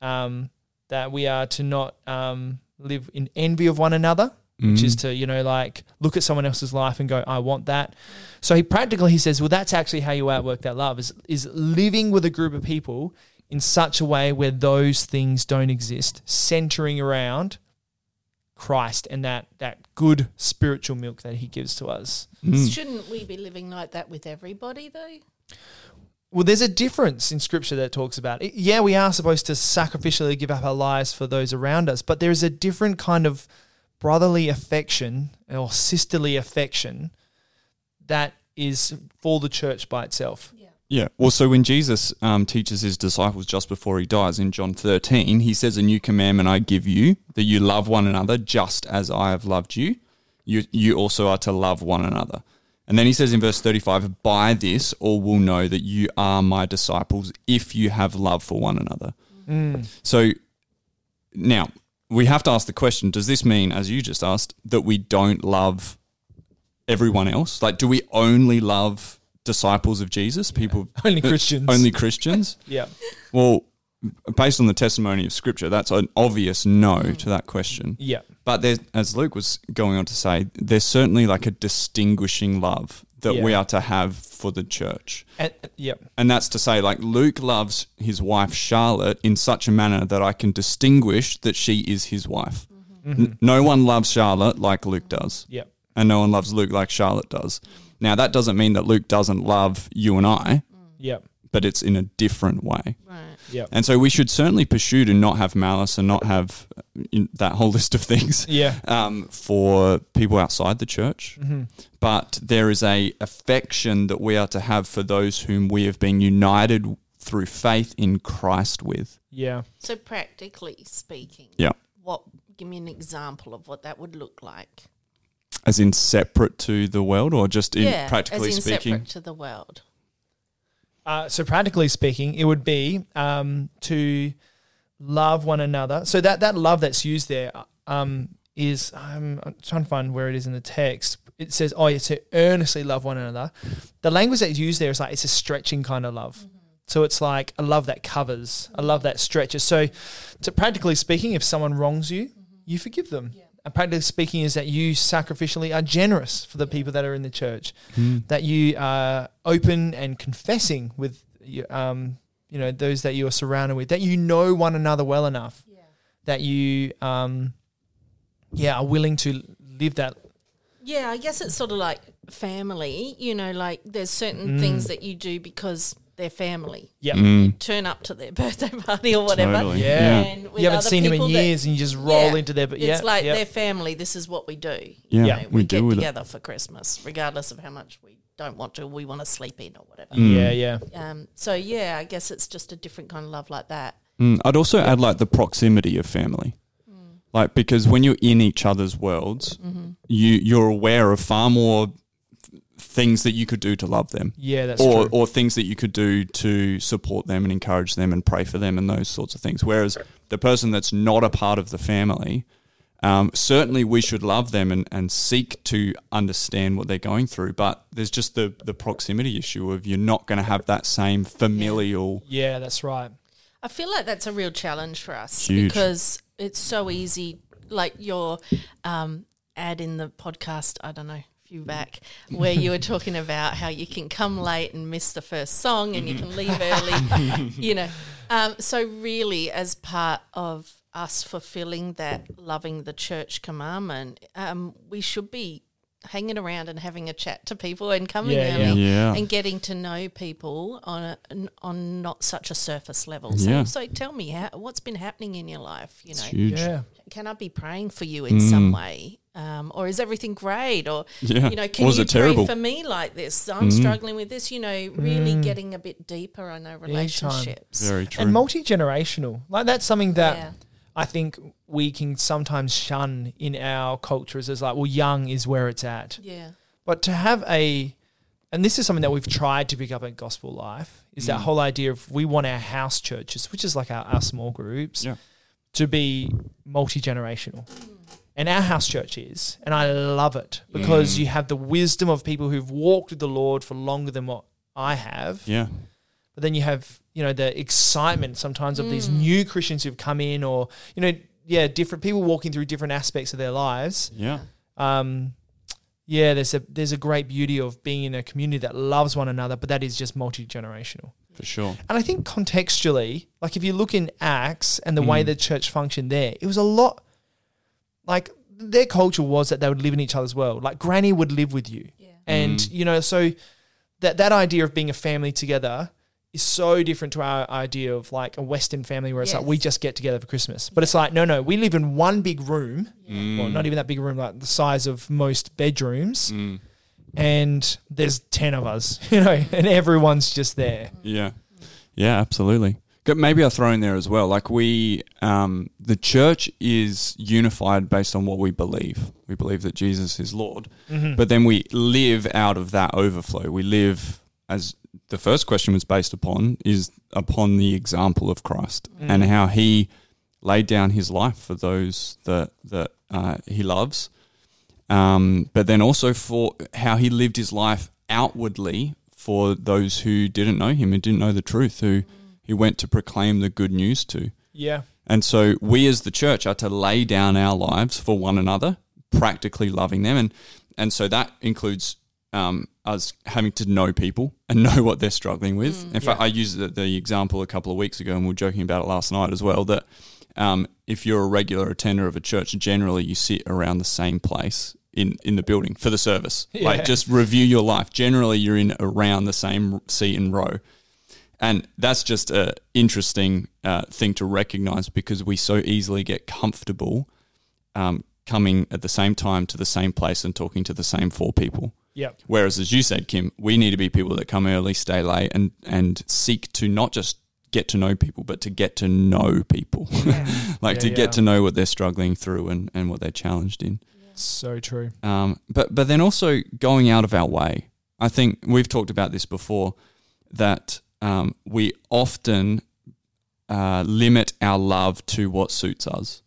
[SPEAKER 2] Um, that we are to not um, live in envy of one another, which
[SPEAKER 1] Mm.
[SPEAKER 2] is to you know like look at someone else's life and go, I want that. So he practically he says, well, that's actually how you outwork that love is is living with a group of people in such a way where those things don't exist, centering around Christ and that that good spiritual milk that he gives to us.
[SPEAKER 1] Mm.
[SPEAKER 3] Shouldn't we be living like that with everybody though?
[SPEAKER 2] Well, there's a difference in scripture that talks about it. Yeah, we are supposed to sacrificially give up our lives for those around us, but there is a different kind of brotherly affection or sisterly affection that is for the church by itself.
[SPEAKER 3] Yeah.
[SPEAKER 1] Yeah. Well, so when Jesus um, teaches his disciples just before he dies in John 13, he says, A new commandment I give you, that you love one another just as I have loved you. You, you also are to love one another. And then he says in verse 35, By this all will know that you are my disciples if you have love for one another.
[SPEAKER 2] Mm.
[SPEAKER 1] So now we have to ask the question does this mean, as you just asked, that we don't love everyone else? Like, do we only love disciples of Jesus, people
[SPEAKER 2] <laughs> <laughs> Only Christians.
[SPEAKER 1] only Christians?
[SPEAKER 2] Yeah.
[SPEAKER 1] well, based on the testimony of Scripture, that's an obvious no to that question.
[SPEAKER 2] Yeah.
[SPEAKER 1] But there's, as Luke was going on to say, there's certainly like a distinguishing love that we
[SPEAKER 2] Yeah.
[SPEAKER 1] are to have for the church.
[SPEAKER 2] And, yep.
[SPEAKER 1] And that's to say, like, Luke loves his wife Charlotte in such a manner that I can distinguish that she is his wife. N- no one loves Charlotte like Luke does,
[SPEAKER 2] Yep.
[SPEAKER 1] and no one loves Luke like Charlotte does. Now, that doesn't mean that Luke doesn't love you and I,
[SPEAKER 2] Yep.
[SPEAKER 1] but it's in a different way.
[SPEAKER 3] Right.
[SPEAKER 2] Yep.
[SPEAKER 1] And so we should certainly pursue to not have malice and not have uh, in- that whole list of things
[SPEAKER 2] Yeah.
[SPEAKER 1] um, for people outside the church. But there is a affection that we are to have for those whom we have been united through faith in Christ with.
[SPEAKER 2] Yeah.
[SPEAKER 3] So practically speaking,
[SPEAKER 1] Yeah.
[SPEAKER 3] what give me an example of what that would look like.
[SPEAKER 1] As in separate to the world or just in practically
[SPEAKER 3] as in
[SPEAKER 1] speaking?
[SPEAKER 3] separate to the world.
[SPEAKER 2] Uh, so practically speaking, it would be um, to love one another. So that that love that's used there um, is um, I'm trying to find where it is in the text. It says, "Oh, yeah, to earnestly love one another." The language that's used there is like it's a stretching kind of love. So it's like a love that covers, a love that stretches. So, to practically speaking, if someone wrongs you,
[SPEAKER 3] Mm-hmm.
[SPEAKER 2] you forgive them. And practically speaking, is that you sacrificially are generous for the people that are in the church that you are open and confessing with you- um, you know those that you are surrounded with that you know one another well enough
[SPEAKER 3] Yeah.
[SPEAKER 2] that you um, yeah are willing to live that
[SPEAKER 3] Yeah, I guess it's sort of like family, you know, like there's certain things that you do because they're family.
[SPEAKER 2] yeah
[SPEAKER 1] Mm,
[SPEAKER 3] Turn up to their <laughs> birthday party or whatever.
[SPEAKER 1] Totally.
[SPEAKER 2] Yeah.
[SPEAKER 1] Yeah.
[SPEAKER 3] And with
[SPEAKER 2] you haven't
[SPEAKER 3] other
[SPEAKER 2] seen them in
[SPEAKER 3] people that-
[SPEAKER 2] years and you just roll
[SPEAKER 3] Yeah.
[SPEAKER 2] into their but
[SPEAKER 3] It's
[SPEAKER 2] yeah
[SPEAKER 3] like
[SPEAKER 2] yeah.
[SPEAKER 3] their family. This is what we do.
[SPEAKER 1] Yeah,
[SPEAKER 2] Yeah.
[SPEAKER 1] we,
[SPEAKER 3] get
[SPEAKER 1] deal with it.
[SPEAKER 3] together for Christmas, regardless of how much we don't want to. We want to sleep in or whatever.
[SPEAKER 1] Mm.
[SPEAKER 2] yeah yeah
[SPEAKER 3] Um, so yeah, I guess it's just a different kind of love like that.
[SPEAKER 1] Mm, I'd also add like the proximity of family. Like because when you're in each other's worlds, you you're aware of far more th- things that you could do to love them.
[SPEAKER 2] yeah that's
[SPEAKER 1] Or,
[SPEAKER 2] true
[SPEAKER 1] or things that you could do to support them and encourage them and pray for them and those sorts of things. Whereas the person that's not a part of the family, um, certainly we should love them and, and seek to understand what they're going through. But there's just the, the proximity issue of you're not going to have that same familial.
[SPEAKER 2] yeah that's right
[SPEAKER 3] I feel like that's a real challenge for us
[SPEAKER 1] Huge.
[SPEAKER 3] because it's so easy. Like your um, ad in the podcast, I don't know, a few back, where you were talking about how you can come late and miss the first
[SPEAKER 1] Mm-hmm. <laughs>
[SPEAKER 3] song and you can leave early, you know. Um, so, really, as part of us fulfilling that loving the church commandment, um, we should be hanging around and having a chat to people and coming
[SPEAKER 2] Yeah,
[SPEAKER 3] out
[SPEAKER 2] yeah.
[SPEAKER 3] and-
[SPEAKER 1] Yeah.
[SPEAKER 3] and getting to know people on a, on not such a surface level. So,
[SPEAKER 1] Yeah.
[SPEAKER 3] so tell me, how, what's been happening in your life? You
[SPEAKER 1] It's
[SPEAKER 3] know,
[SPEAKER 1] huge.
[SPEAKER 2] Yeah.
[SPEAKER 3] can I be praying for you in some way? Um, or is everything great? Or
[SPEAKER 1] Mm. Yeah.
[SPEAKER 3] you know, can
[SPEAKER 1] Was
[SPEAKER 3] you
[SPEAKER 1] it terrible? Mm.
[SPEAKER 3] pray for me like this? I'm struggling with this. You know, really getting a bit deeper. I know
[SPEAKER 2] time.
[SPEAKER 3] relationships.
[SPEAKER 1] Very true.
[SPEAKER 2] and multi generational. Like that's something that
[SPEAKER 3] Yeah.
[SPEAKER 2] I think we can sometimes shun in our cultures as like, well, young is where it's at.
[SPEAKER 3] Yeah,
[SPEAKER 2] But to have a, and this is something that we've tried to pick up at Gospel Life, is
[SPEAKER 1] Mm.
[SPEAKER 2] that whole idea of we want our house churches, which is like our, our small groups,
[SPEAKER 1] Yeah.
[SPEAKER 2] to be multi generational. And our house church is, and I love it
[SPEAKER 1] Mm.
[SPEAKER 2] because you have the wisdom of people who've walked with the Lord for longer than what I have
[SPEAKER 1] yeah.
[SPEAKER 2] but then you have you know the excitement sometimes of these new christians who've come in or you know yeah different people walking through different aspects of their lives
[SPEAKER 1] Yeah.
[SPEAKER 2] um yeah there's a there's a great beauty of being in a community that loves one another but that is just multi-generational
[SPEAKER 1] For sure.
[SPEAKER 2] and i think contextually like if you look in acts and the way the church functioned there it was a lot like their culture was that they would live in each other's world like granny would live with you
[SPEAKER 3] yeah,
[SPEAKER 2] and
[SPEAKER 1] Mm.
[SPEAKER 2] you know so that that idea of being a family together is so different to our idea of like a western family where it's like
[SPEAKER 3] Yes.
[SPEAKER 2] we just get together for christmas but it's like no no we live in one big room
[SPEAKER 1] Mm.
[SPEAKER 2] well not even that big a room like the size of most bedrooms
[SPEAKER 1] Mm.
[SPEAKER 2] and there's 10 of us <laughs> you know and everyone's just there
[SPEAKER 3] Mm.
[SPEAKER 1] Yeah. Yeah, absolutely. Go- Maybe I'll throw in there as well. Like we, um, the church is unified based on what we believe. We believe that Jesus is Lord, but then we live out of that overflow. We live as the first question was based upon is upon the example of Christ and how He laid down His life for those that that uh, He loves, um, but then also for how he lived his life outwardly for those who didn't know him and didn't know the truth, who he went to proclaim the good news to.
[SPEAKER 2] yeah
[SPEAKER 1] And so we as the church are to lay down our lives for one another, practically loving them. And, and so that includes um, us having to know people and <laughs> know what they're struggling with. In fact, I used the, the example a couple of weeks ago and we were joking about it last night as well that um, if you're a regular attender of a church, generally you sit around the same place. In, in the building for the service.
[SPEAKER 2] Yeah.
[SPEAKER 1] Like just review your life. Generally, you're in around the same seat and row. And that's just a interesting uh, thing to recognize because we so easily get comfortable um, coming at the same time to the same place and talking to the same four people.
[SPEAKER 2] yeah
[SPEAKER 1] Whereas, as you said, Kim, we need to be people that come early, stay late, and and seek to not just get to know people, but to get to know people, <laughs> like
[SPEAKER 2] Yeah,
[SPEAKER 1] to
[SPEAKER 2] yeah.
[SPEAKER 1] get to know what they're struggling through and, and what they're challenged in.
[SPEAKER 2] so true
[SPEAKER 1] Um, but but then also going out of our way. I think we've talked about this before that um, we often uh, limit our love to what suits us,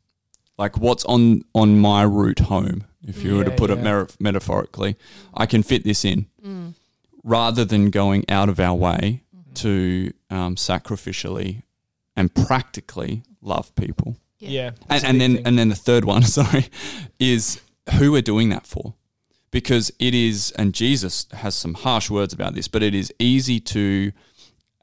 [SPEAKER 1] like what's on on my route home. If you were to
[SPEAKER 2] Yeah,
[SPEAKER 1] put it
[SPEAKER 2] yeah.
[SPEAKER 1] mer- metaphorically, I can fit this in,
[SPEAKER 3] Mm.
[SPEAKER 1] rather than going out of our way
[SPEAKER 2] Mm-hmm.
[SPEAKER 1] to um, sacrificially and practically love people
[SPEAKER 3] Yeah.
[SPEAKER 2] yeah,
[SPEAKER 1] and,
[SPEAKER 2] that's a
[SPEAKER 1] and
[SPEAKER 2] big
[SPEAKER 1] then
[SPEAKER 2] thing.
[SPEAKER 1] and then the third one <laughs> sorry is who we're doing that for because it is and jesus has some harsh words about this but it is easy to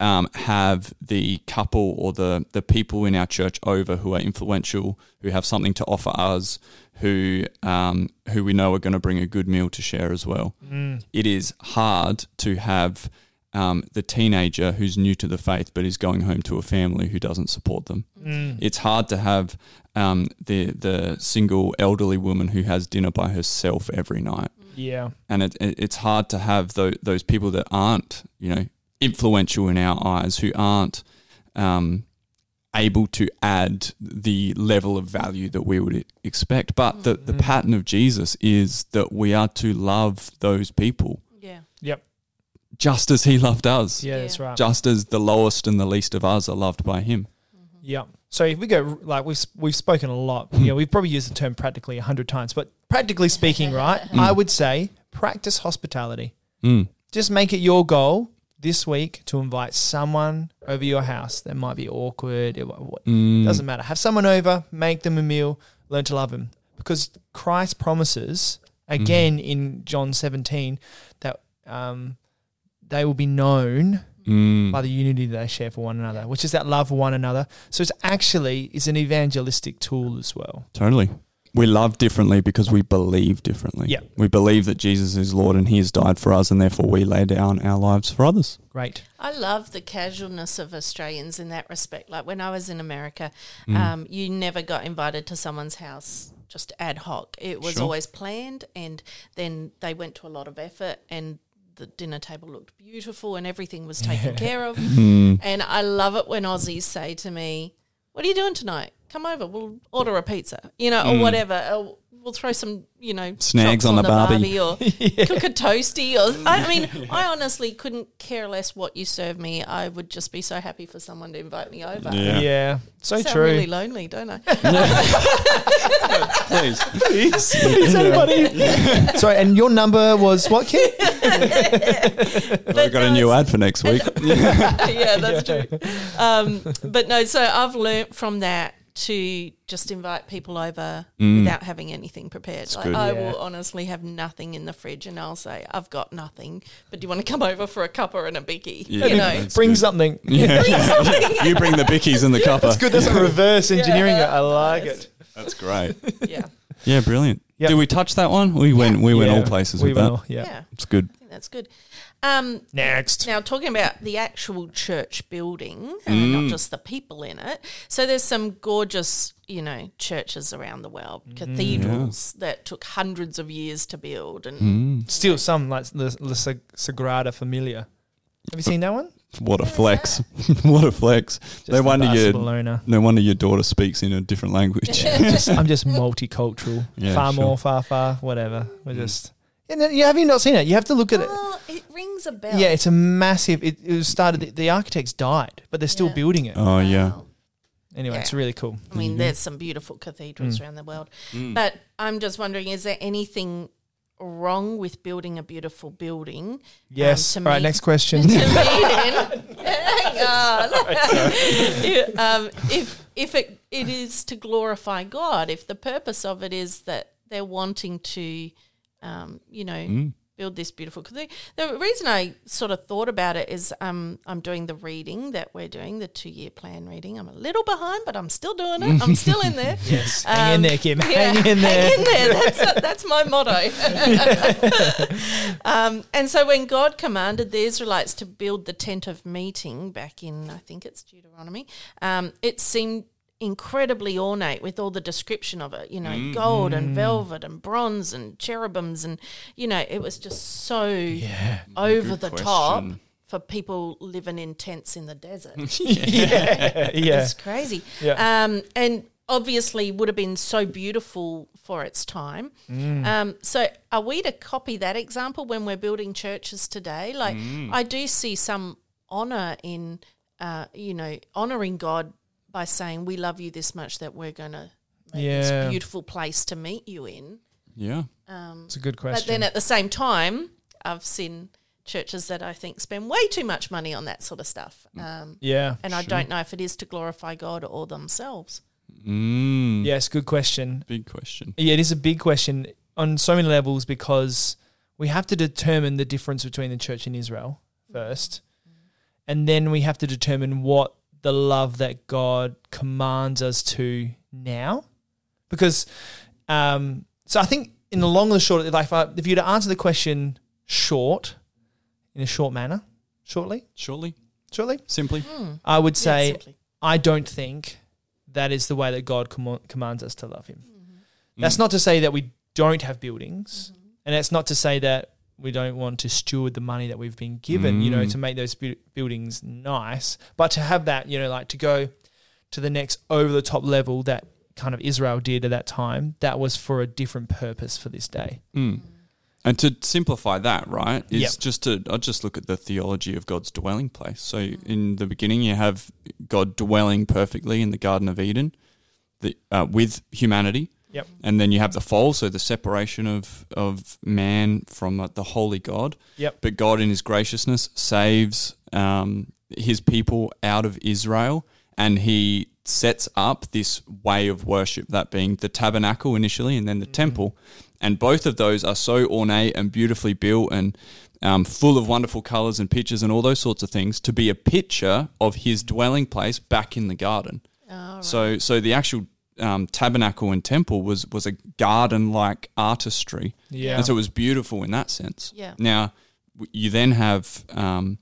[SPEAKER 1] um, have the couple or the the people in our church over who are influential who have something to offer us who um, who we know are going to bring a good meal to share as well
[SPEAKER 2] Mm.
[SPEAKER 1] it is hard to have um, the teenager who's new to the faith but is going home to a family who doesn't support them.
[SPEAKER 2] Mm.
[SPEAKER 1] It's hard to have um, the the single elderly woman who has dinner by herself every night,
[SPEAKER 2] yeah
[SPEAKER 1] and it, it- it's hard to have those those people that aren't you know influential in our eyes who aren't. Um, able to add the level of value that we would expect but the,
[SPEAKER 2] Mm-hmm.
[SPEAKER 1] the pattern of jesus is that we are to love those people
[SPEAKER 3] yeah,
[SPEAKER 2] yep
[SPEAKER 1] just as he loved us,
[SPEAKER 2] yeah,
[SPEAKER 3] Yeah.
[SPEAKER 2] that's right
[SPEAKER 1] just as the lowest and the least of us are loved by him.
[SPEAKER 2] Yeah. So if we go like we've we've spoken a lot, you know, we've probably used the term practically a hundred times, but practically speaking, right, I would say practice hospitality.
[SPEAKER 1] Mm.
[SPEAKER 2] Just make it your goal this week to invite someone over your house. That might be awkward. It what,
[SPEAKER 1] Mm. Hmm.
[SPEAKER 2] doesn't matter. Have someone over, make them a meal, learn to love them, because Christ promises again in John seventeen that um, they will be known
[SPEAKER 1] Mm.
[SPEAKER 2] by the unity that they share for one another, which is that love for one another. So it's actually is an evangelistic tool as well.
[SPEAKER 1] Totally. We love differently because we believe differently.
[SPEAKER 2] Yeah.
[SPEAKER 1] We believe that Jesus is Lord and He has died for us, and therefore we lay down our lives for others.
[SPEAKER 2] Great.
[SPEAKER 3] I love the casualness of Australians in that respect. Like when I was in America,
[SPEAKER 1] Mm.
[SPEAKER 3] um, you never got invited to someone's house just ad hoc. It was
[SPEAKER 1] Sure.
[SPEAKER 3] always planned, and then they went to a lot of effort, and the dinner table looked beautiful, and everything was
[SPEAKER 1] <laughs>
[SPEAKER 3] taken care of.
[SPEAKER 1] Hmm.
[SPEAKER 3] And I love it when Aussies say to me, "What are you doing tonight? Come over. We'll order a pizza, you know, or whatever. Or we'll throw some, you know,
[SPEAKER 1] Mm. Snags
[SPEAKER 3] chops
[SPEAKER 1] on the barbie." <laughs>
[SPEAKER 3] or cook a toasty or I mean I honestly couldn't care less what you serve me I would just be so happy for someone to invite me over
[SPEAKER 2] Yeah.
[SPEAKER 1] Yeah.
[SPEAKER 2] So
[SPEAKER 3] I sound
[SPEAKER 2] true.
[SPEAKER 3] really lonely
[SPEAKER 1] <laughs>
[SPEAKER 3] don't I
[SPEAKER 1] Please. <laughs>
[SPEAKER 2] <laughs> Is anybody? Sorry, and your number was what, Kim?
[SPEAKER 1] We've got a new ad for next
[SPEAKER 2] <laughs>
[SPEAKER 1] week.
[SPEAKER 3] <laughs> yeah
[SPEAKER 1] <laughs>
[SPEAKER 3] that's true um, but no so I've learnt from that to just invite people over without having anything prepared
[SPEAKER 1] Mm.
[SPEAKER 3] like,
[SPEAKER 1] good.
[SPEAKER 3] I
[SPEAKER 2] Yeah.
[SPEAKER 3] will honestly have nothing in the fridge and I'll say I've got nothing but do you want to come over for a cuppa and a biggie
[SPEAKER 1] Yeah. <laughs>
[SPEAKER 3] you know
[SPEAKER 2] Bring something.
[SPEAKER 1] Yeah. you bring the bickies and the cuppa.
[SPEAKER 2] That's <laughs> good. That's a reverse engineering.
[SPEAKER 3] Yeah.
[SPEAKER 2] I like
[SPEAKER 3] Nice.
[SPEAKER 2] it.
[SPEAKER 1] That's great.
[SPEAKER 2] <laughs>
[SPEAKER 3] yeah
[SPEAKER 1] Yeah, brilliant.
[SPEAKER 2] Yep.
[SPEAKER 1] Did we touch that one? We went. We went
[SPEAKER 2] Yeah.
[SPEAKER 1] all places
[SPEAKER 2] We
[SPEAKER 1] with
[SPEAKER 2] went
[SPEAKER 1] that.
[SPEAKER 2] all- yeah.
[SPEAKER 3] yeah
[SPEAKER 1] It's good.
[SPEAKER 3] I think that's good um,
[SPEAKER 2] Next.
[SPEAKER 3] Now, talking about the actual church building, uh,
[SPEAKER 2] Mm.
[SPEAKER 3] not just the people in it. So, there's some gorgeous, you know, churches around the world, cathedrals that took hundreds of years to build. And
[SPEAKER 2] Hmm. Still some like the, the Sag- Sagrada Familia. Have you seen that one?
[SPEAKER 1] What a flex! <laughs> what a flex! no
[SPEAKER 2] the
[SPEAKER 1] wonder you. <laughs>
[SPEAKER 2] Barcelona.
[SPEAKER 1] No wonder your daughter speaks in a different
[SPEAKER 2] <laughs>
[SPEAKER 1] language.
[SPEAKER 2] Just- I'm just multicultural.
[SPEAKER 1] Yeah,
[SPEAKER 2] far
[SPEAKER 1] sure. Hmm.
[SPEAKER 2] more, far, far, whatever. We're just. And then, yeah, have you not seen it? You have to look at it.
[SPEAKER 3] well, it rings a bell.
[SPEAKER 2] Yeah, it's a massive. It, it was started. The, the architects died, but they're still
[SPEAKER 3] Yeah.
[SPEAKER 2] building it.
[SPEAKER 1] oh yeah.
[SPEAKER 3] Wow.
[SPEAKER 2] Anyway,
[SPEAKER 3] Yeah. Um,
[SPEAKER 2] it's really cool.
[SPEAKER 3] I mean, there's some beautiful
[SPEAKER 2] Hmm.
[SPEAKER 3] cathedrals around the world.
[SPEAKER 2] Mm.
[SPEAKER 3] But I'm just wondering, is there anything wrong with building a beautiful building? um,
[SPEAKER 2] Yes.
[SPEAKER 3] to
[SPEAKER 2] All right.
[SPEAKER 3] meet-
[SPEAKER 2] Next
[SPEAKER 3] <laughs>
[SPEAKER 2] question.
[SPEAKER 3] to me then. Hang on. If- <laughs> um, if if it, it is to glorify God, if the purpose of it is that they're wanting to, um, you know, build this beautiful. Cause the, the reason I sort of thought about it is um, I'm doing the reading that we're doing, the two year plan reading. I'm a little behind, but I'm still doing it. I'm still in <laughs> there.
[SPEAKER 2] yes. Hang in
[SPEAKER 3] Um,
[SPEAKER 2] there, Kim.
[SPEAKER 3] Yeah,
[SPEAKER 2] Hang in there.
[SPEAKER 3] Hang in there. That's, that's my motto. <laughs> um, and so when God commanded the Israelites to build the tent of meeting back in, I think it's Deuteronomy, um, it seemed incredibly ornate with all the description of it you know
[SPEAKER 1] Mm.
[SPEAKER 3] gold
[SPEAKER 2] Mm.
[SPEAKER 3] and velvet and bronze and cherubims and you know it was just so over
[SPEAKER 1] Good
[SPEAKER 3] the top
[SPEAKER 1] question.
[SPEAKER 3] for people living in tents in the desert
[SPEAKER 2] <laughs>
[SPEAKER 3] <laughs>
[SPEAKER 2] yeah.
[SPEAKER 3] it's crazy.
[SPEAKER 2] Yeah.
[SPEAKER 3] Um, and obviously would have been so beautiful for its time.
[SPEAKER 2] Mm.
[SPEAKER 3] Um, so are we to copy that example when we're building churches today? Like
[SPEAKER 2] Mm.
[SPEAKER 3] I do see some honor in, uh, you know, honoring God by saying we love you this much that we're going to make
[SPEAKER 2] Yeah.
[SPEAKER 3] this beautiful place to meet you in.
[SPEAKER 1] Yeah.
[SPEAKER 2] It's a good
[SPEAKER 3] But
[SPEAKER 2] question.
[SPEAKER 3] then at the same time, I've seen churches that I think spend way too much money on that sort of stuff.
[SPEAKER 2] Mm.
[SPEAKER 3] Um,
[SPEAKER 2] yeah.
[SPEAKER 3] and I don't know if it is to glorify God or themselves.
[SPEAKER 1] Mm,
[SPEAKER 2] Yes. Good question.
[SPEAKER 1] Big question.
[SPEAKER 2] Yeah, it is a big question on so many levels because we have to determine the difference between the church and Israel first. And then we have to determine what the love that God commands us to now. Because, um, so I think in the long and the short, like if, I, if you were to answer the question short, in a short manner, shortly,
[SPEAKER 1] Surely.
[SPEAKER 2] shortly,
[SPEAKER 1] Simply.
[SPEAKER 2] I would
[SPEAKER 3] Yeah,
[SPEAKER 2] say
[SPEAKER 3] simply.
[SPEAKER 2] I don't think that is the way that God com- commands us to love Him.
[SPEAKER 1] Mm-hmm. Mm.
[SPEAKER 2] That's not to say that we don't have buildings, and that's not to say that we don't want to steward the money that we've been given, you know,
[SPEAKER 1] Mm.
[SPEAKER 2] to make those bu- buildings nice. But to have that, you know, like to go to the next over the top level that kind of Israel did at that time, that was for a different purpose for this day.
[SPEAKER 1] Mm. And to simplify that, right, is
[SPEAKER 2] Yep.
[SPEAKER 1] just to I just look at the theology of God's dwelling place. So in the beginning, you have God dwelling perfectly in the Garden of Eden, the, uh, with humanity,
[SPEAKER 2] Yep.
[SPEAKER 1] and then you have the fall, so the separation of of man from uh, the holy God.
[SPEAKER 2] Yep.
[SPEAKER 1] But God, in His graciousness, saves um, His people out of Israel and he sets up this way of worship, that being the tabernacle initially and then the temple. And both of those are so ornate and beautifully built and um, full of wonderful colors and pictures and all those sorts of things to be a picture of his dwelling place back in the garden.
[SPEAKER 3] Oh,
[SPEAKER 1] So, so the actual um, tabernacle and temple was was a garden like artistry,
[SPEAKER 2] Yeah.
[SPEAKER 1] and so it was beautiful in that sense.
[SPEAKER 3] Yeah.
[SPEAKER 1] Now, w- you then have um,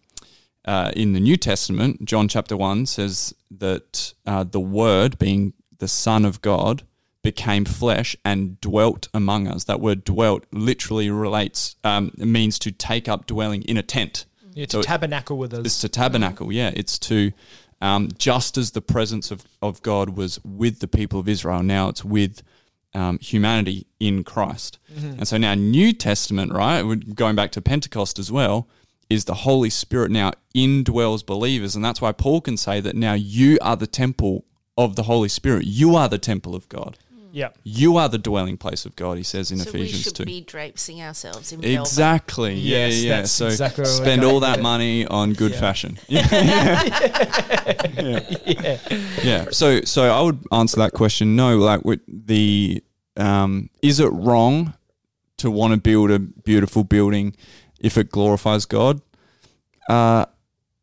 [SPEAKER 1] uh, in the New Testament, John chapter one says that uh, the Word, being the Son of God, became flesh and dwelt among us. That word "dwelt" literally relates um, means to take up dwelling in a tent.
[SPEAKER 2] Yeah, to
[SPEAKER 1] So it-
[SPEAKER 2] tabernacle with us.
[SPEAKER 1] It's to tabernacle, yeah. It's to um, just as the presence of, of God was with the people of Israel, now it's with um, humanity in Christ.
[SPEAKER 3] Mm-hmm.
[SPEAKER 1] And so now, New Testament, right? we're Going back to Pentecost as well, is the Holy Spirit now indwells believers. And that's why Paul can say that now you are the temple of the Holy Spirit. You are the temple of God.
[SPEAKER 2] yeah.
[SPEAKER 1] You are the dwelling place of God, he says in
[SPEAKER 3] so we
[SPEAKER 1] Ephesians
[SPEAKER 3] should
[SPEAKER 1] 2.
[SPEAKER 3] be drapesing ourselves in velvet.
[SPEAKER 1] Exactly. Yeah,
[SPEAKER 2] Yes,
[SPEAKER 1] yeah. yeah.
[SPEAKER 2] that's
[SPEAKER 1] so
[SPEAKER 2] exactly where we're
[SPEAKER 1] spend
[SPEAKER 2] going
[SPEAKER 1] all
[SPEAKER 2] with
[SPEAKER 1] that
[SPEAKER 2] it.
[SPEAKER 1] money on good
[SPEAKER 2] <laughs> Yeah.
[SPEAKER 1] fashion. Yeah. <laughs> yeah. Yeah. So, so I would answer that question. No, like with the um, is it wrong to want to build a beautiful building if it glorifies God? Uh,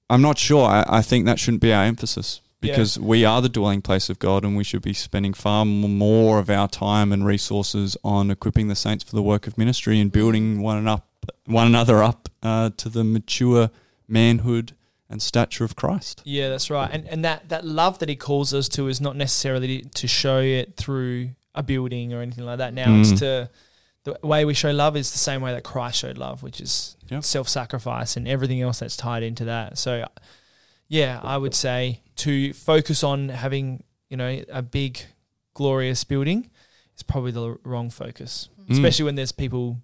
[SPEAKER 1] I'm not sure. I, I think that shouldn't be our emphasis
[SPEAKER 2] Yeah.
[SPEAKER 1] because we are the dwelling place of God, and we should be spending far more of our time and resources on equipping the saints for the work of ministry and building one and up, one another up uh, to the mature manhood and stature of Christ.
[SPEAKER 2] Yeah, that's right. And and that that love that he calls us to is not necessarily to show it through a building or anything like that. Now
[SPEAKER 1] Mm.
[SPEAKER 2] it's to the way we show love is the same way that Christ showed love, which is
[SPEAKER 1] Yep.
[SPEAKER 2] self-sacrifice and everything else that's tied into that. So yeah, I would say to focus on having, you know, a big glorious building is probably the wrong focus,
[SPEAKER 1] Mm.
[SPEAKER 2] especially when there's people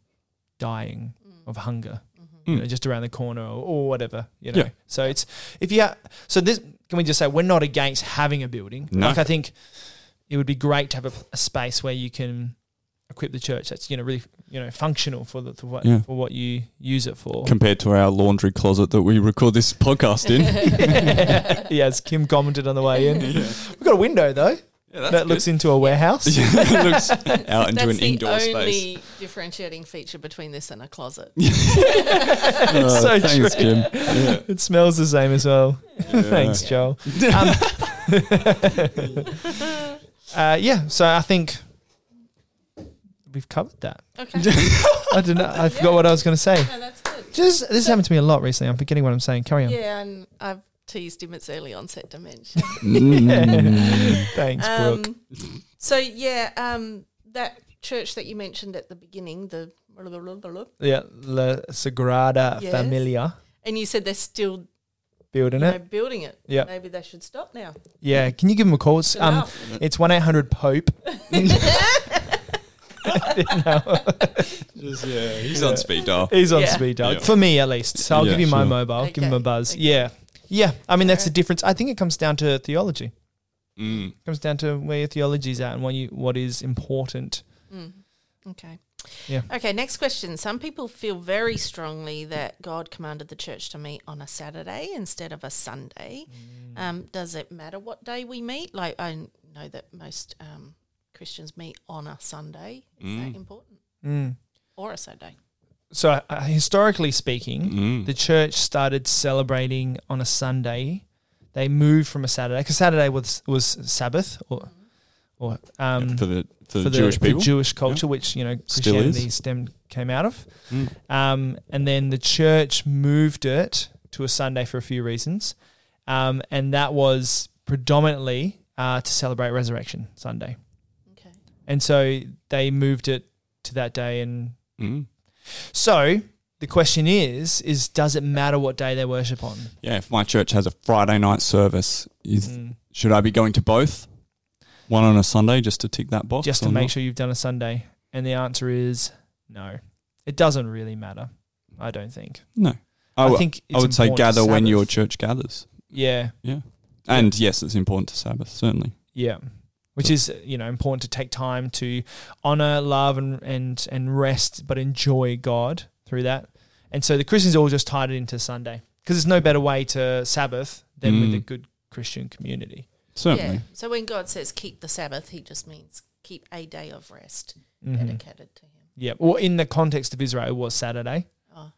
[SPEAKER 2] dying
[SPEAKER 3] Hmm.
[SPEAKER 2] of Hmm. hunger
[SPEAKER 3] Mm-hmm.
[SPEAKER 1] <laughs>
[SPEAKER 3] <laughs>
[SPEAKER 1] Mm.
[SPEAKER 2] you know, just around the corner or, or whatever, you know.
[SPEAKER 1] Yeah.
[SPEAKER 2] So it's if you ha- so this can we just say we're not against having a building.
[SPEAKER 1] No.
[SPEAKER 2] Like I think it would be great to have a, a space where you can equip the church that's you know really you know functional for the for what
[SPEAKER 1] Yeah.
[SPEAKER 2] for what you use it for.
[SPEAKER 1] compared to our laundry closet that we record this podcast
[SPEAKER 2] <laughs>
[SPEAKER 1] in.
[SPEAKER 3] <laughs>
[SPEAKER 2] yeah, as Kim commented on the way in, we've got a window though that
[SPEAKER 1] <laughs>
[SPEAKER 2] looks into a warehouse.
[SPEAKER 1] it
[SPEAKER 3] <laughs>
[SPEAKER 1] looks out into
[SPEAKER 3] That's
[SPEAKER 1] an
[SPEAKER 3] the
[SPEAKER 1] indoor
[SPEAKER 3] only
[SPEAKER 1] space.
[SPEAKER 3] differentiating feature between this and a closet.
[SPEAKER 1] <laughs> Oh,
[SPEAKER 2] so
[SPEAKER 1] thanks,
[SPEAKER 2] true.
[SPEAKER 1] Kim. Yeah.
[SPEAKER 2] It smells the same as well. <laughs> Thanks,
[SPEAKER 1] Yeah. <laughs>
[SPEAKER 2] Joel. Um, <laughs> uh, yeah, so I think we've covered that.
[SPEAKER 3] Okay,
[SPEAKER 1] <laughs>
[SPEAKER 2] I didn't. I forgot what I was going to say.
[SPEAKER 3] no, that's good.
[SPEAKER 2] Just this happened to me a lot recently. I'm forgetting what I'm saying. Carry on. <laughs>
[SPEAKER 3] Yeah, and I've teased him. It's early onset dementia.
[SPEAKER 1] Mm.
[SPEAKER 2] Thanks, Brooke.
[SPEAKER 3] um, so yeah, um, that church that you mentioned at the beginning, the
[SPEAKER 2] Yeah, La Sagrada
[SPEAKER 3] Yes.
[SPEAKER 2] Familia
[SPEAKER 3] and you said they're still
[SPEAKER 2] building
[SPEAKER 3] you
[SPEAKER 2] it.
[SPEAKER 3] know, building it.
[SPEAKER 2] Yeah.
[SPEAKER 3] maybe they should stop now.
[SPEAKER 2] Yeah, can you give them a call? It's
[SPEAKER 3] Good
[SPEAKER 2] um,
[SPEAKER 3] enough.
[SPEAKER 2] it's one eight hundred
[SPEAKER 3] <laughs>
[SPEAKER 2] Pope.
[SPEAKER 1] <laughs>
[SPEAKER 2] <laughs>
[SPEAKER 1] Just, yeah, he's on speed dial.
[SPEAKER 2] He's on
[SPEAKER 3] Yeah.
[SPEAKER 2] speed dial
[SPEAKER 1] Yeah.
[SPEAKER 2] for me at least. So I'll
[SPEAKER 1] Yeah,
[SPEAKER 2] give you my
[SPEAKER 1] sure.
[SPEAKER 2] mobile. Give him a
[SPEAKER 3] Okay,
[SPEAKER 2] buzz.
[SPEAKER 3] okay.
[SPEAKER 2] Yeah, yeah. I mean that's the
[SPEAKER 3] Alright.
[SPEAKER 2] difference. I think it comes down to theology. It
[SPEAKER 1] Mm.
[SPEAKER 2] comes down to where your theology's at and what you what is important.
[SPEAKER 3] Mm. Okay.
[SPEAKER 2] Yeah.
[SPEAKER 3] Okay, next question. Some people feel very strongly that God commanded the church to meet on a Saturday instead of a Sunday.
[SPEAKER 2] Mm.
[SPEAKER 3] Um, does it matter what day we meet? Like, I know that most um, Christians meet on a Sunday. Is that important?
[SPEAKER 2] Mm.
[SPEAKER 3] Or a Saturday?
[SPEAKER 2] So uh, historically speaking,
[SPEAKER 1] Mm.
[SPEAKER 2] the church started celebrating on a Sunday. They moved from a Saturday because Saturday was was Sabbath or or um,
[SPEAKER 1] for the for,
[SPEAKER 2] for
[SPEAKER 1] the Jewish people.
[SPEAKER 2] Jewish culture, which you know
[SPEAKER 1] Still is.
[SPEAKER 2] Christianity stemmed came out of.
[SPEAKER 1] Mm.
[SPEAKER 2] Um, and then the church moved it to a Sunday for a few reasons, um, and that was predominantly uh, to celebrate Resurrection Sunday.
[SPEAKER 3] Okay.
[SPEAKER 2] And so they moved it to that day. And
[SPEAKER 1] Mm.
[SPEAKER 2] so the question is: is does it matter what day they worship on?
[SPEAKER 1] Yeah, if my church has a Friday night service, is,
[SPEAKER 2] Mm.
[SPEAKER 1] should I be going to both? One on a Sunday just to tick that box.
[SPEAKER 2] Just
[SPEAKER 1] or
[SPEAKER 2] to make
[SPEAKER 1] not?
[SPEAKER 2] sure you've done a Sunday. And the answer is no. It doesn't really matter. I don't think.
[SPEAKER 1] No. I,
[SPEAKER 2] I
[SPEAKER 1] w-
[SPEAKER 2] think
[SPEAKER 1] Oh, I would say
[SPEAKER 2] important to
[SPEAKER 1] gather when
[SPEAKER 2] Sabbath.
[SPEAKER 1] your church gathers.
[SPEAKER 2] Yeah,
[SPEAKER 1] And yes, it's important to Sabbath, certainly.
[SPEAKER 2] yeah. Which is you know important to take time to honor, love, and and and rest, but enjoy God through that. And so the Christians all just tied it into Sunday because there's no better way to Sabbath than with
[SPEAKER 1] Mm.
[SPEAKER 2] a good Christian community.
[SPEAKER 1] certainly.
[SPEAKER 3] Yeah. So when God says keep the Sabbath, he just means keep a day of rest
[SPEAKER 2] Mhm.
[SPEAKER 3] dedicated to him.
[SPEAKER 2] Yeah. Well, in the context of Israel, it was Saturday.
[SPEAKER 3] Oh.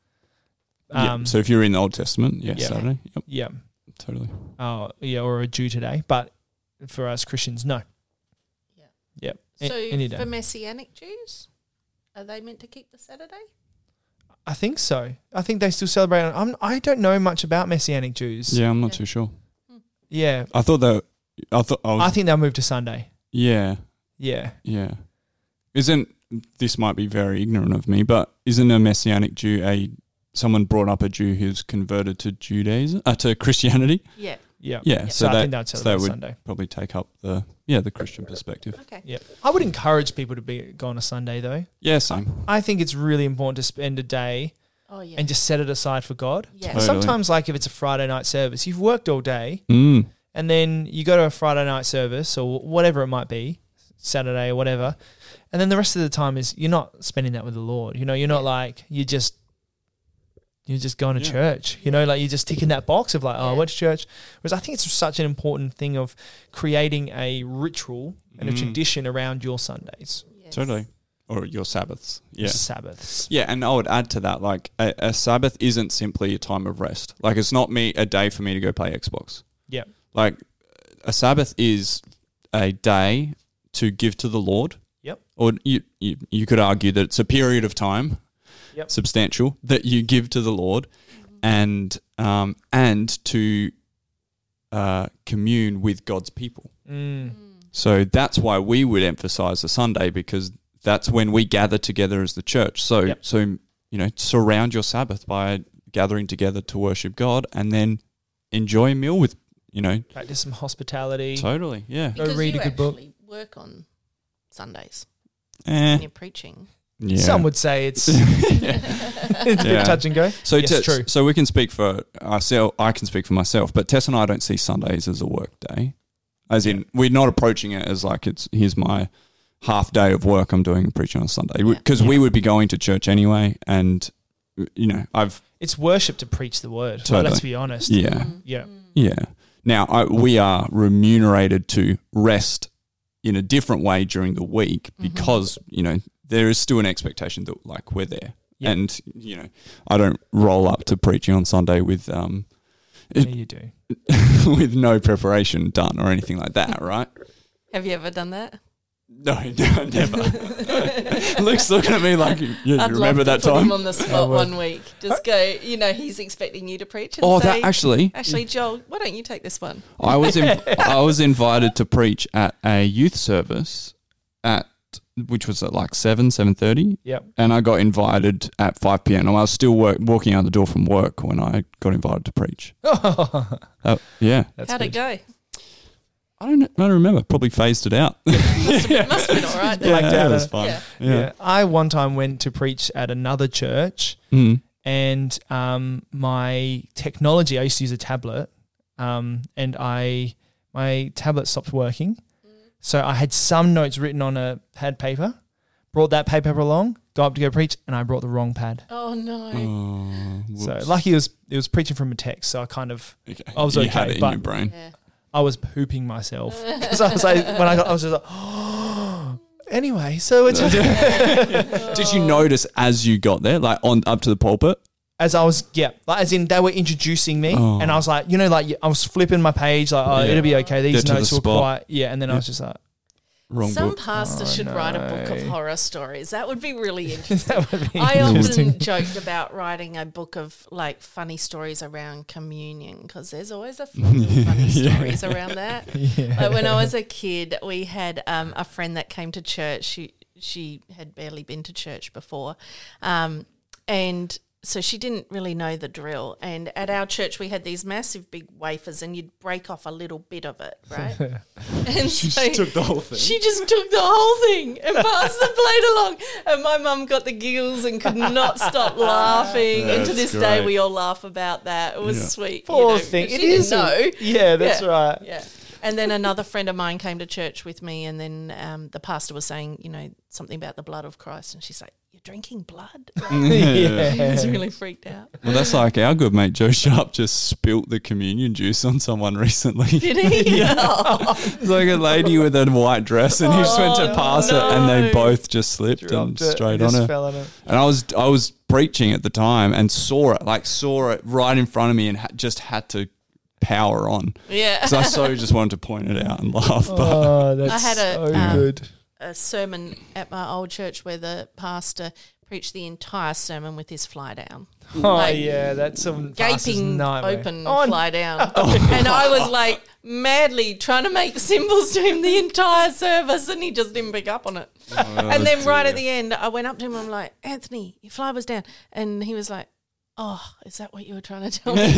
[SPEAKER 1] Yeah,
[SPEAKER 2] Um,
[SPEAKER 1] So if you're in the Old Testament, yeah,
[SPEAKER 2] Yeah.
[SPEAKER 1] Saturday, yep,
[SPEAKER 2] yeah.
[SPEAKER 1] totally.
[SPEAKER 2] Oh, yeah. Or a due today. But for us Christians, no.
[SPEAKER 3] Yeah.
[SPEAKER 2] Yep. A-
[SPEAKER 3] So
[SPEAKER 2] any day.
[SPEAKER 3] for Messianic Jews, are they meant to keep the Saturday?
[SPEAKER 2] I think so. I think they still celebrate. On, I'm, I don't know much about Messianic Jews.
[SPEAKER 1] Yeah, I'm not
[SPEAKER 3] Yeah.
[SPEAKER 1] too sure.
[SPEAKER 2] Yeah.
[SPEAKER 1] I thought that. I thought. I was,
[SPEAKER 2] I think they'll move to Sunday.
[SPEAKER 1] yeah,
[SPEAKER 2] Yeah.
[SPEAKER 1] yeah. Isn't this might be very ignorant of me, but isn't a Messianic Jew a someone brought up a Jew who's converted to Judaism uh, to Christianity?
[SPEAKER 3] Yeah.
[SPEAKER 2] Yeah.
[SPEAKER 1] Yeah,
[SPEAKER 2] So,
[SPEAKER 1] so,
[SPEAKER 2] I think
[SPEAKER 1] that
[SPEAKER 2] they'll
[SPEAKER 1] so
[SPEAKER 2] celebrate
[SPEAKER 1] that would-
[SPEAKER 2] Sunday.
[SPEAKER 1] probably take up the yeah the Christian perspective.
[SPEAKER 3] Okay.
[SPEAKER 2] Yeah. I would encourage people to be go on a Sunday though.
[SPEAKER 1] Yeah, same.
[SPEAKER 2] I think it's really important to spend a day
[SPEAKER 3] Oh yeah.
[SPEAKER 2] and just set it aside for God.
[SPEAKER 3] yeah.
[SPEAKER 1] Totally.
[SPEAKER 2] Sometimes, like if it's a Friday night service, you've worked all day
[SPEAKER 1] Mm.
[SPEAKER 2] and then you go to a Friday night service or whatever it might be, Saturday or whatever, and then the rest of the time is you're not spending that with the Lord. You know, you're not
[SPEAKER 3] Yeah.
[SPEAKER 2] like you just you're just going to
[SPEAKER 1] Yeah.
[SPEAKER 2] church. You know, like you're just ticking that box of like, oh, I
[SPEAKER 3] Yeah.
[SPEAKER 2] went to church. Whereas I think it's such an important thing of creating a ritual and a
[SPEAKER 1] Mm.
[SPEAKER 2] tradition around your Sundays,
[SPEAKER 3] Yes.
[SPEAKER 1] Totally. Or your Sabbaths.
[SPEAKER 2] your
[SPEAKER 1] Yeah.
[SPEAKER 2] Sabbaths.
[SPEAKER 1] Yeah, and I would add to that, like a, a Sabbath isn't simply a time of rest. Like it's not me a day for me to go play Xbox.
[SPEAKER 2] Yeah.
[SPEAKER 1] Like a Sabbath is a day to give to the Lord.
[SPEAKER 2] Yep.
[SPEAKER 1] Or you you, you could argue that it's a period of time,
[SPEAKER 2] Yep.
[SPEAKER 1] substantial, that you give to the Lord and um and to uh commune with God's people.
[SPEAKER 2] Mm.
[SPEAKER 1] So that's why we would emphasize the Sunday because that's when we gather together as the church. So
[SPEAKER 2] Yep.
[SPEAKER 1] so you know, surround your Sabbath by gathering together to worship God and then enjoy a meal with you know
[SPEAKER 2] Practice some hospitality.
[SPEAKER 3] Mm.
[SPEAKER 1] totally. Yeah.
[SPEAKER 3] Because
[SPEAKER 2] read
[SPEAKER 3] you
[SPEAKER 2] a good book.
[SPEAKER 3] actually work on Sundays
[SPEAKER 1] Eh,
[SPEAKER 3] when
[SPEAKER 1] <laughs>
[SPEAKER 3] you're preaching.
[SPEAKER 1] yeah.
[SPEAKER 2] Some would say it's <laughs> it's a bit
[SPEAKER 1] <laughs> Yeah.
[SPEAKER 2] touch and go.
[SPEAKER 1] so
[SPEAKER 2] Yes,
[SPEAKER 1] Tess-
[SPEAKER 2] true.
[SPEAKER 1] so we can speak for ourselves I can speak for myself, but Tess and I don't see Sundays as a work day. As in we're not approaching it as like it's here's my half day of work I'm doing preaching on Sunday
[SPEAKER 3] Yeah.
[SPEAKER 1] because we would be going to church anyway and you know, I've
[SPEAKER 2] It's worship to preach the word.
[SPEAKER 1] Totally.
[SPEAKER 2] Let's be honest.
[SPEAKER 1] Yeah,
[SPEAKER 2] Mm.
[SPEAKER 3] Mm.
[SPEAKER 2] Yeah.
[SPEAKER 1] yeah. Now I, we are remunerated to rest in a different way during the week
[SPEAKER 3] Mm-hmm.
[SPEAKER 1] because you know there is still an expectation that like we're there,
[SPEAKER 2] Yeah.
[SPEAKER 1] and you know I don't roll up to preaching on Sunday with um <laughs>
[SPEAKER 2] Yeah,
[SPEAKER 1] It-
[SPEAKER 2] you do.
[SPEAKER 1] with no preparation done or anything like that, right?
[SPEAKER 3] Have you ever done that?
[SPEAKER 1] No, <laughs> no, never. Luke's looking at me like you, you remember that
[SPEAKER 3] put him
[SPEAKER 1] time.
[SPEAKER 3] on the spot
[SPEAKER 2] would.
[SPEAKER 3] one week. Just go. You know, he's expecting you to preach.
[SPEAKER 1] <laughs>
[SPEAKER 3] And
[SPEAKER 1] Oh,
[SPEAKER 3] say,
[SPEAKER 1] that actually,
[SPEAKER 3] Actually, Joel, why don't you take this one?
[SPEAKER 1] I was
[SPEAKER 3] <laughs>
[SPEAKER 1] in, I was invited to preach at a youth service at which was at like seven seven thirty,
[SPEAKER 2] Yep.
[SPEAKER 1] and I got invited at five pm. And I was still work, walking out the door from work when I got invited to preach.
[SPEAKER 2] <laughs>
[SPEAKER 1] Uh, yeah,
[SPEAKER 2] That's
[SPEAKER 3] How'd
[SPEAKER 2] good.
[SPEAKER 3] it go?
[SPEAKER 1] I don't I don't remember. Probably phased it out. <laughs> yeah,
[SPEAKER 3] Must have been, must have been all
[SPEAKER 1] <laughs>
[SPEAKER 3] right. then.
[SPEAKER 2] Blacked out.
[SPEAKER 1] that was fun.
[SPEAKER 3] Yeah.
[SPEAKER 2] Yeah.
[SPEAKER 1] Yeah,
[SPEAKER 2] I one time went to preach at another church
[SPEAKER 1] Mm.
[SPEAKER 2] and um, my technology, I used to use a tablet um, and I my tablet stopped working.
[SPEAKER 3] Mm.
[SPEAKER 2] So I had some notes written on a pad paper, brought that pad paper along, got up to go preach, and I brought the wrong pad.
[SPEAKER 3] Oh no.
[SPEAKER 1] Oh,
[SPEAKER 2] So
[SPEAKER 1] whoops.
[SPEAKER 2] lucky it was it was preaching from a text, so I kind of
[SPEAKER 1] Okay.
[SPEAKER 2] I was
[SPEAKER 1] you
[SPEAKER 2] okay,
[SPEAKER 1] had it in
[SPEAKER 2] but-
[SPEAKER 1] your brain.
[SPEAKER 3] Yeah.
[SPEAKER 2] I was pooping
[SPEAKER 3] <laughs>
[SPEAKER 2] myself because I was like, when I got, I was just like, <gasps> anyway. So it's <laughs>
[SPEAKER 1] Did you notice as you got there, like on up to the pulpit?
[SPEAKER 2] as I was, yeah, like as in they were introducing me,
[SPEAKER 1] Oh.
[SPEAKER 2] and I was like, you know, like I was flipping my page, like, oh,
[SPEAKER 1] Yeah.
[SPEAKER 2] it'll be okay. These
[SPEAKER 1] Get to the
[SPEAKER 2] notes were
[SPEAKER 1] spot.
[SPEAKER 2] quite, yeah, and then I was just like, <laughs>
[SPEAKER 1] Wrong
[SPEAKER 3] Some
[SPEAKER 1] book.
[SPEAKER 3] pastor should write a book of
[SPEAKER 2] Oh, no.
[SPEAKER 3] horror stories. That would be really
[SPEAKER 1] <laughs>
[SPEAKER 3] interesting.
[SPEAKER 2] that <laughs> would be
[SPEAKER 3] I <laughs>
[SPEAKER 2] interesting.
[SPEAKER 3] often joked about writing a book of like funny stories around communion because there's always a few funny stories around that. Like when I was a kid, we had um, a friend that came to church. She she had barely been to church before, um, and so she didn't really know the drill. And at our church, we had these massive big wafers, and you'd break off a little bit of it, right? and <laughs> she
[SPEAKER 1] took the whole thing. <laughs>
[SPEAKER 3] She just took the whole thing and passed the plate along. And my mum got the giggles and could
[SPEAKER 1] <laughs>
[SPEAKER 3] not stop laughing. and to
[SPEAKER 1] That's
[SPEAKER 3] this day,
[SPEAKER 1] great.
[SPEAKER 3] we all laugh about that. It was
[SPEAKER 1] Yeah.
[SPEAKER 3] sweet. you
[SPEAKER 2] Poor
[SPEAKER 3] know,
[SPEAKER 2] thing.
[SPEAKER 3] She
[SPEAKER 2] It
[SPEAKER 3] didn't
[SPEAKER 2] is.
[SPEAKER 3] know.
[SPEAKER 2] a- Yeah, that's
[SPEAKER 3] Yeah.
[SPEAKER 2] right.
[SPEAKER 3] Yeah. And then another friend of mine came to church with me, and then um, the pastor was saying, you know, something about the blood of Christ, and she's like, "You're
[SPEAKER 1] <laughs>
[SPEAKER 3] drinking blood." <laughs> She was really freaked out. <laughs>
[SPEAKER 1] Well, that's like our good mate Joe Sharp just spilt the communion juice on someone recently.
[SPEAKER 3] Did he?
[SPEAKER 1] It's like a lady with a white dress, and he just went
[SPEAKER 3] Oh,
[SPEAKER 1] to pass it, and they both just slipped and
[SPEAKER 2] Dropped it,
[SPEAKER 1] straight on
[SPEAKER 2] just
[SPEAKER 1] her.
[SPEAKER 2] fell
[SPEAKER 1] <laughs>
[SPEAKER 2] on it.
[SPEAKER 1] And I was I was preaching at the time and saw it, like saw it right in front of me, and ha- just had to power on
[SPEAKER 3] yeah.
[SPEAKER 1] because I so just wanted to point it out and laugh. But
[SPEAKER 2] Oh, that's
[SPEAKER 3] had a,
[SPEAKER 2] so
[SPEAKER 3] um,
[SPEAKER 2] good.
[SPEAKER 3] <laughs> a sermon at my old church where the pastor preached the entire sermon with his fly down.
[SPEAKER 2] Oh
[SPEAKER 3] like,
[SPEAKER 2] yeah, that's some
[SPEAKER 3] Gaping open
[SPEAKER 2] Oh, and-
[SPEAKER 3] fly
[SPEAKER 1] <laughs>
[SPEAKER 3] down.
[SPEAKER 1] oh,
[SPEAKER 3] and I was like madly trying to make symbols to him the entire service and he just didn't pick up on it.
[SPEAKER 2] Oh,
[SPEAKER 3] Oh.
[SPEAKER 1] <laughs>
[SPEAKER 3] and then right at the end I went up to him I'm like, Anthony, your fly was down and he was like, Oh, is that what you were trying to tell
[SPEAKER 2] <laughs>
[SPEAKER 3] me?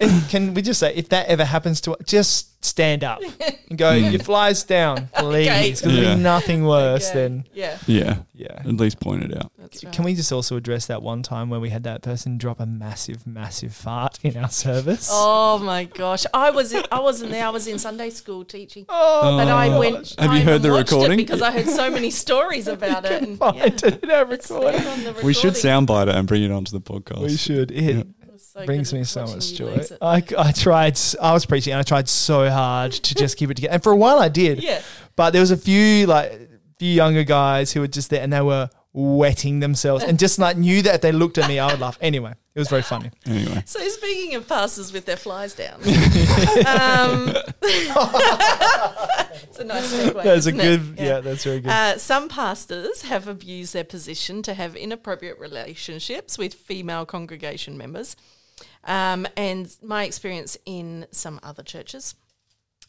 [SPEAKER 2] And <laughs> can we just say if that ever happens to us, just stand
[SPEAKER 3] <laughs>
[SPEAKER 2] up and go. Your flies down, please,
[SPEAKER 3] Okay.
[SPEAKER 2] because there'll
[SPEAKER 1] Hmm. Yeah.
[SPEAKER 2] be nothing worse
[SPEAKER 3] yeah,
[SPEAKER 2] than
[SPEAKER 3] yeah,
[SPEAKER 1] yeah,
[SPEAKER 2] yeah.
[SPEAKER 1] at least point it out.
[SPEAKER 3] that's right.
[SPEAKER 2] Can we just also address that one time where we had that person drop a massive, massive fart in our service? <laughs>
[SPEAKER 3] Oh my gosh! I was I wasn't there. I was in Sunday school teaching.
[SPEAKER 2] Oh,
[SPEAKER 3] But I went.
[SPEAKER 1] Have
[SPEAKER 3] I
[SPEAKER 1] you heard
[SPEAKER 3] even
[SPEAKER 1] the
[SPEAKER 3] watched it
[SPEAKER 1] recording?
[SPEAKER 3] because I heard so many stories
[SPEAKER 2] <laughs>
[SPEAKER 3] about it. And,
[SPEAKER 2] find
[SPEAKER 3] yeah,
[SPEAKER 2] it in our
[SPEAKER 3] it's there
[SPEAKER 2] recording.
[SPEAKER 3] on the
[SPEAKER 1] We should
[SPEAKER 3] recording.
[SPEAKER 1] soundbite it and bring it onto the podcast.
[SPEAKER 2] We should. It
[SPEAKER 3] It was so
[SPEAKER 2] brings
[SPEAKER 3] good
[SPEAKER 2] me so
[SPEAKER 3] watching
[SPEAKER 2] much
[SPEAKER 3] you
[SPEAKER 2] joy.
[SPEAKER 3] lose it.
[SPEAKER 2] I, I tried. s- I was preaching, and I tried so hard to just keep it together. And for a while, I did.
[SPEAKER 3] Yeah.
[SPEAKER 2] But there was a few like few younger guys who were just there, and they were wetting themselves, and just like knew that if they looked at me, I would laugh. Anyway, it was very funny.
[SPEAKER 1] Anyway,
[SPEAKER 3] So speaking of pastors with their
[SPEAKER 2] <laughs>
[SPEAKER 3] flies <laughs> down, um, it's a nice segue.
[SPEAKER 2] That's a
[SPEAKER 3] isn't it?
[SPEAKER 2] good. Yeah. that's very good.
[SPEAKER 3] Uh, some pastors have abused their position to have inappropriate relationships with female congregation members. Um, and my experience in some other churches.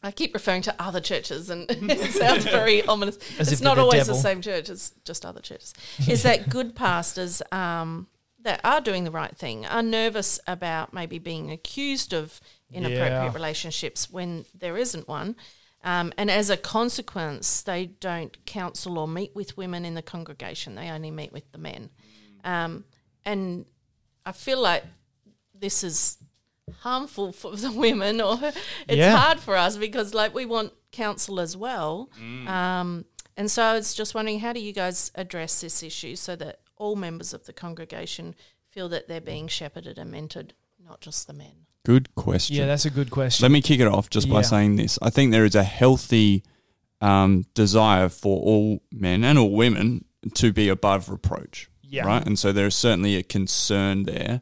[SPEAKER 3] I keep referring to other churches, and <laughs> it sounds very ominous.
[SPEAKER 2] <laughs> As if
[SPEAKER 3] it's
[SPEAKER 2] they're
[SPEAKER 3] not
[SPEAKER 2] the
[SPEAKER 3] always
[SPEAKER 2] devil.
[SPEAKER 3] the same church; it's just other churches. Is that good pastors um, that are doing the right thing are nervous about maybe being accused of inappropriate
[SPEAKER 2] Yeah.
[SPEAKER 3] relationships when there isn't one, um, and as a consequence, they don't counsel or meet with women in the congregation. They only meet with the men, um, and I feel like this is harmful for the <laughs> women or it's
[SPEAKER 2] Yeah.
[SPEAKER 3] hard for us because like we want counsel as well um, and so i was just wondering how do you guys address this issue so that all members of the congregation feel that they're being shepherded and mentored not just the men
[SPEAKER 1] good question.
[SPEAKER 2] yeah, that's a good question.
[SPEAKER 1] Let me kick it off just by
[SPEAKER 2] Yeah.
[SPEAKER 1] saying this. I think there is a healthy um, desire for all men and all women to be above reproach.
[SPEAKER 2] Yeah.
[SPEAKER 1] Right. And so there is certainly a concern there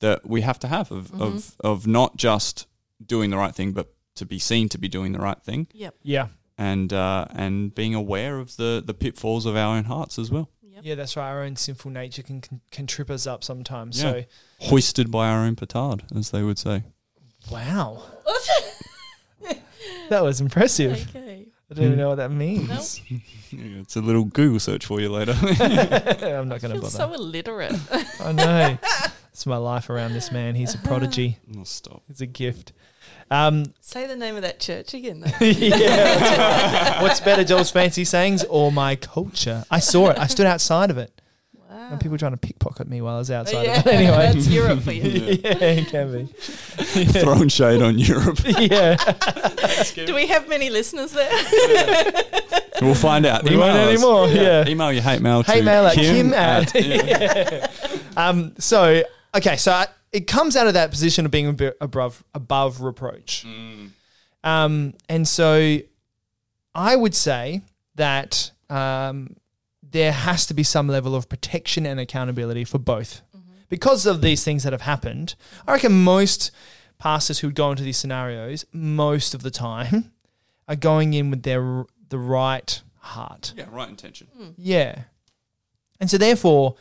[SPEAKER 1] that we have to have of,
[SPEAKER 2] Mm-hmm.
[SPEAKER 1] of, of not just doing the right thing, but to be seen to be doing the right thing
[SPEAKER 3] yep
[SPEAKER 2] yeah.
[SPEAKER 1] and uh, and being aware of the, the pitfalls of our own hearts as well,
[SPEAKER 2] Yeah, that's right. Our own sinful nature can can, can trip us up sometimes.
[SPEAKER 1] Yeah. hoisted by our own petard, as they would say.
[SPEAKER 2] So,
[SPEAKER 3] <laughs>
[SPEAKER 2] wow, that was impressive.
[SPEAKER 3] <laughs> okay
[SPEAKER 2] I don't even know what that means. <laughs>
[SPEAKER 3] no
[SPEAKER 1] Yeah, it's a little Google search for you <laughs> later.
[SPEAKER 2] I'm not going to
[SPEAKER 3] feel
[SPEAKER 2] bother.
[SPEAKER 3] so
[SPEAKER 2] <laughs>
[SPEAKER 3] illiterate
[SPEAKER 2] I
[SPEAKER 3] <laughs>
[SPEAKER 2] know. It's my life around this man. He's a prodigy.
[SPEAKER 1] oh, stop. <laughs>
[SPEAKER 2] He's a gift. Um, <laughs>
[SPEAKER 3] say the name of that church again though.
[SPEAKER 2] yeah, that's right. What's better, Joel's fancy sayings or my culture? I saw it. I stood outside of it.
[SPEAKER 3] wow
[SPEAKER 2] And people were trying to pickpocket me while I was outside
[SPEAKER 3] yeah,
[SPEAKER 2] of it. <laughs> Anyway,
[SPEAKER 3] <laughs> that's europe
[SPEAKER 2] <laughs>
[SPEAKER 3] for you
[SPEAKER 2] yeah, it can be.
[SPEAKER 1] Throwing shade on Europe.
[SPEAKER 2] <laughs> Yeah,
[SPEAKER 3] do we have many listeners there
[SPEAKER 1] We'll find out.
[SPEAKER 2] we won't
[SPEAKER 1] us.
[SPEAKER 2] anymore. Yeah.
[SPEAKER 1] Email your hate mail
[SPEAKER 2] Hate
[SPEAKER 1] to
[SPEAKER 2] mail at
[SPEAKER 1] Kim,
[SPEAKER 2] kim
[SPEAKER 1] at,
[SPEAKER 2] at- <laughs> Um. So okay. So I, it comes out of that position of being a bit above above reproach.
[SPEAKER 1] Mm.
[SPEAKER 2] Um. And so, I would say that um, there has to be some level of protection and accountability for both,
[SPEAKER 3] Mm-hmm.
[SPEAKER 2] because of these things that have happened. I reckon most pastors who go into these scenarios most of the time are going in with their the right heart.
[SPEAKER 1] yeah, right intention.
[SPEAKER 3] Mm-hmm.
[SPEAKER 2] Yeah. And so therefore,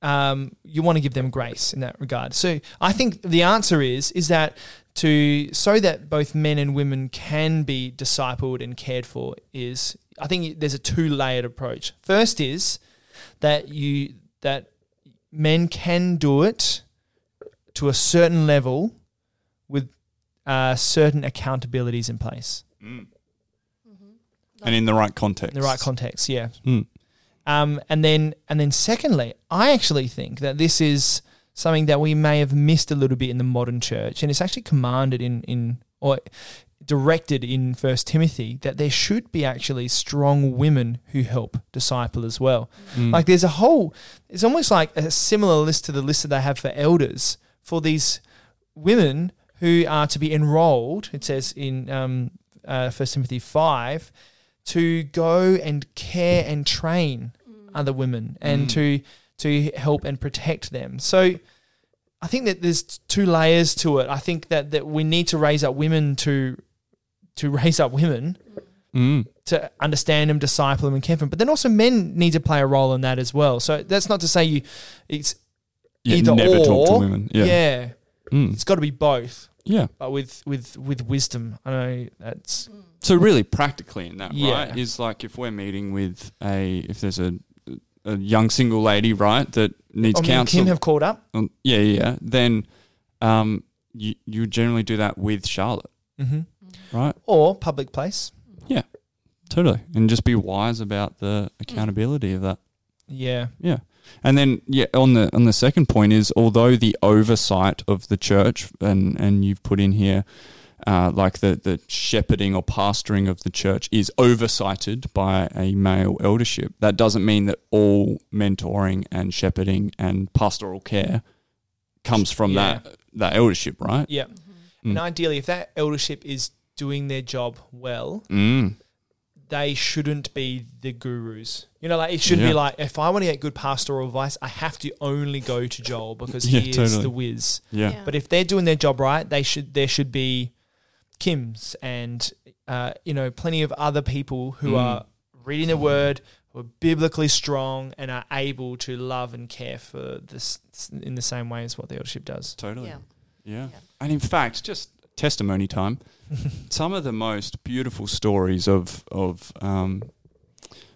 [SPEAKER 2] um, you want to give them grace in that regard. So I think the answer is is that to so that both men and women can be discipled and cared for is I think there's a two layered approach. First is that you that men can do it to a certain level with uh, certain accountabilities in place
[SPEAKER 1] Mm. And in the right context.
[SPEAKER 2] in the right context. Yeah.
[SPEAKER 1] Hmm.
[SPEAKER 2] Um, and then and then secondly, I actually think that this is something that we may have missed a little bit in the modern church, and it's actually commanded in in or directed in First Timothy that there should be actually strong women who help disciple as well.
[SPEAKER 1] Mm.
[SPEAKER 2] Like there's a whole, it's almost like a similar list to the list that they have for elders for these women who are to be enrolled. It says in um, uh, 1 Timothy five to go and care and train other women and
[SPEAKER 1] Mm.
[SPEAKER 2] to to help and protect them. So I think that there's two layers to it. I think that that we need to raise up women to to <laughs> raise up women
[SPEAKER 1] Mm.
[SPEAKER 2] to understand them, disciple them, and care for them. But then also men need to play a role in that as well. So that's not to say you it's
[SPEAKER 1] Yeah,
[SPEAKER 2] either
[SPEAKER 1] never
[SPEAKER 2] or.
[SPEAKER 1] talk to women. Yeah.
[SPEAKER 2] yeah,
[SPEAKER 1] Yeah. Mm.
[SPEAKER 2] it's got to be both,
[SPEAKER 1] yeah.
[SPEAKER 2] but with with with wisdom. I know that's
[SPEAKER 1] So really, practically in that,
[SPEAKER 2] Yeah.
[SPEAKER 1] right, is like if we're meeting with a if there's a a young single lady, right, that needs
[SPEAKER 2] Oh, me and
[SPEAKER 1] counsel.
[SPEAKER 2] Kim have called up.
[SPEAKER 1] um, yeah, yeah, yeah. Then, um, you you generally do that with Charlotte,
[SPEAKER 2] Mm-hmm.
[SPEAKER 1] right?
[SPEAKER 2] Or public place.
[SPEAKER 1] Totally, and just be wise about the
[SPEAKER 2] Mm.
[SPEAKER 1] accountability of that.
[SPEAKER 2] Yeah.
[SPEAKER 1] Yeah. And then yeah, on the on the second point is although the oversight of the church and and you've put in here uh, like the the shepherding or pastoring of the church is oversighted by a male eldership, that doesn't mean that all mentoring and shepherding and pastoral care comes from
[SPEAKER 2] Yeah.
[SPEAKER 1] that that eldership, right?
[SPEAKER 2] Yeah.
[SPEAKER 3] Mm-hmm.
[SPEAKER 1] Hmm.
[SPEAKER 2] And ideally, if that eldership is doing their job well,
[SPEAKER 1] Mm.
[SPEAKER 2] they shouldn't be the gurus. You know, like it shouldn't be
[SPEAKER 1] Yeah.
[SPEAKER 2] like if I want to get good pastoral advice, I have to only go to Joel because
[SPEAKER 1] <laughs> Yeah,
[SPEAKER 2] he is
[SPEAKER 1] totally.
[SPEAKER 2] the whiz.
[SPEAKER 1] Yeah.
[SPEAKER 3] Yeah.
[SPEAKER 2] But if they're doing their job right, they should there should be Kims and uh, you know plenty of other people who
[SPEAKER 1] Mm.
[SPEAKER 2] are reading the word, who are biblically strong, and are able to love and care for this in the same way as what the eldership does.
[SPEAKER 1] Totally.
[SPEAKER 3] Yeah.
[SPEAKER 1] Yeah.
[SPEAKER 3] Yeah.
[SPEAKER 1] And in fact, just testimony time. some of the most beautiful stories of of um,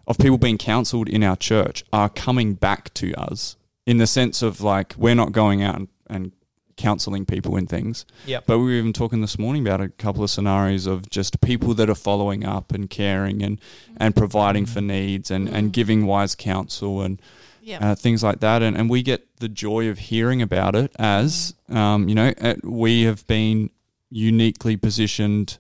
[SPEAKER 1] of people being counselled in our church are coming back to us in the sense of like we're not going out and, and counselling people and things.
[SPEAKER 2] Yep.
[SPEAKER 1] But we were even talking this morning about a couple of scenarios of just people that are following up and caring and and providing for needs and and giving wise counsel and
[SPEAKER 3] Yeah.
[SPEAKER 1] uh, things like that. And, and we get the joy of hearing about it as, um, you know, uh we have been uniquely positioned.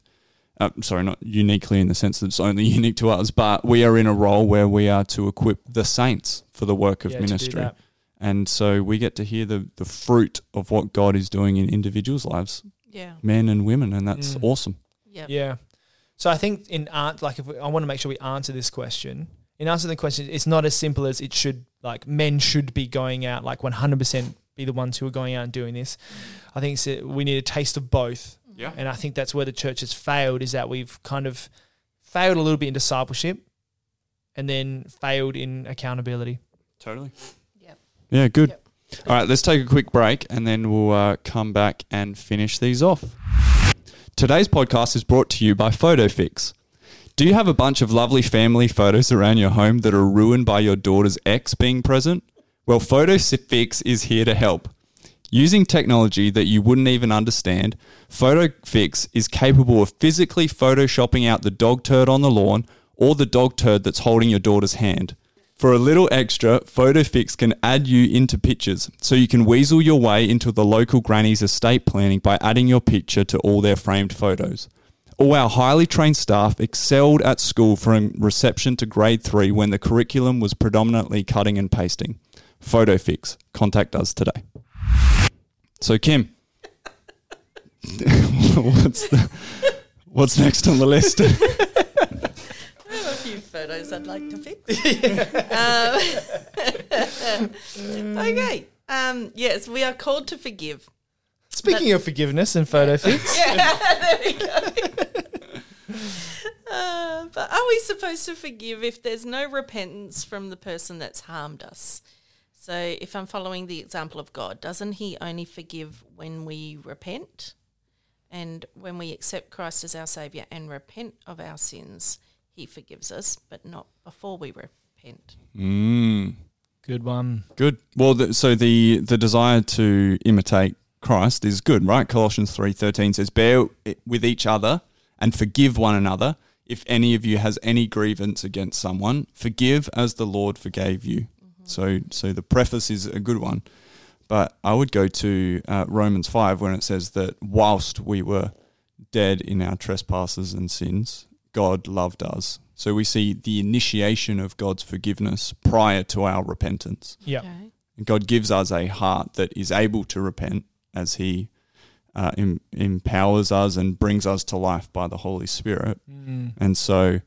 [SPEAKER 1] Uh, sorry, not uniquely in the sense that it's only <laughs> unique to us, but we are in a role where we are to equip the saints for the work of
[SPEAKER 2] Yeah, to do
[SPEAKER 1] ministry.
[SPEAKER 2] that.
[SPEAKER 1] And so we get to hear the, the fruit of what God is doing in individuals' lives,
[SPEAKER 3] yeah.
[SPEAKER 1] men and women, and that's
[SPEAKER 2] Mm.
[SPEAKER 1] awesome.
[SPEAKER 3] Yeah.
[SPEAKER 2] Yeah. So I think in art, like if we, I want to make sure we answer this question. In answering the question, it's not as simple as it should. Like men should be going out, like one hundred percent be the ones who are going out and doing this. I think it's a, we need a taste of both,
[SPEAKER 3] Mm.
[SPEAKER 1] Yeah.
[SPEAKER 2] and I think that's where the church has failed. Is that we've kind of failed a little bit in discipleship, and then failed in accountability.
[SPEAKER 1] Totally.
[SPEAKER 3] Yep.
[SPEAKER 1] Yeah, good.
[SPEAKER 3] Yep.
[SPEAKER 1] All right, let's take a quick break and then we'll uh, come back and finish these off. Today's podcast is brought to you by PhotoFix. Do you have a bunch of lovely family photos around your home that are ruined by your daughter's ex being present? Well, PhotoFix is here to help. Using technology that you wouldn't even understand, PhotoFix is capable of physically photoshopping out the dog turd on the lawn or the dog turd that's holding your daughter's hand. For a little extra, PhotoFix can add you into pictures, so you can weasel your way into the local granny's estate planning by adding your picture to all their framed photos. All our highly trained staff excelled at school from reception to grade three when the curriculum was predominantly cutting and pasting. PhotoFix, contact us today. So Kim, <laughs> what's the, what's next on the list?
[SPEAKER 3] <laughs> a few photos I'd like to
[SPEAKER 1] <laughs>
[SPEAKER 3] fix. um, <laughs> okay. Um, yes, we are called to forgive.
[SPEAKER 2] Speaking of forgiveness and photo fix, <laughs>
[SPEAKER 3] Yeah, there we go. Uh, but are we supposed to forgive if there's no repentance from the person that's harmed us? So, if I'm following the example of God, doesn't He only forgive when we repent? And when we accept Christ as our Saviour and repent of our sins, He forgives us, but not before we repent.
[SPEAKER 1] mm,
[SPEAKER 2] good one.
[SPEAKER 1] good. Well, the, so the the desire to imitate Christ is good, right? Colossians three thirteen says, "Bear with each other and forgive one another. If any of you has any grievance against someone, forgive as the Lord forgave you." So, so the preface is a good one. But I would go to uh, Romans 5 when it says that whilst we were dead in our trespasses and sins, God loved us. So we see the initiation of God's forgiveness prior to our repentance.
[SPEAKER 2] Yeah.
[SPEAKER 3] Okay.
[SPEAKER 1] And God gives us a heart that is able to repent as He uh, em- empowers us and brings us to life by the Holy Spirit.
[SPEAKER 2] Mm.
[SPEAKER 1] And so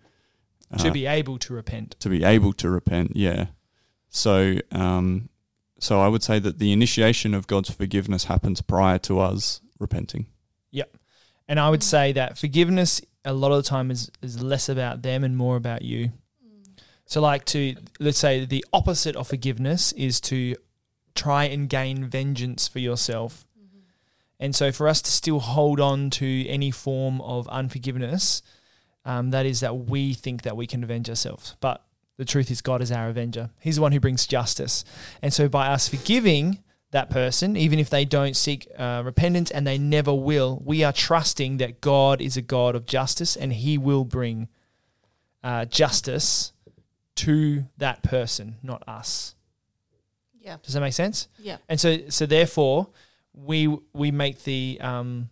[SPEAKER 1] uh,
[SPEAKER 2] To be able to repent.
[SPEAKER 1] to be able to repent, yeah. So, um, so I would say that the initiation of God's forgiveness happens prior to us repenting.
[SPEAKER 2] And I would say that forgiveness a lot of the time is, is less about them and more about you.
[SPEAKER 3] Mm-hmm.
[SPEAKER 2] So like to let's say the opposite of forgiveness is to try and gain vengeance for yourself. And so for us to still hold on to any form of unforgiveness, um, that is that we think that we can avenge ourselves. But the truth is God is our avenger. He's the one who brings justice. And so by us forgiving that person, even if they don't seek uh, repentance and they never will, we are trusting that God is a God of justice and He will bring uh, justice to that person, not us.
[SPEAKER 3] Yeah.
[SPEAKER 2] Does that make sense?
[SPEAKER 3] Yeah.
[SPEAKER 2] And so, so therefore, we we make the um,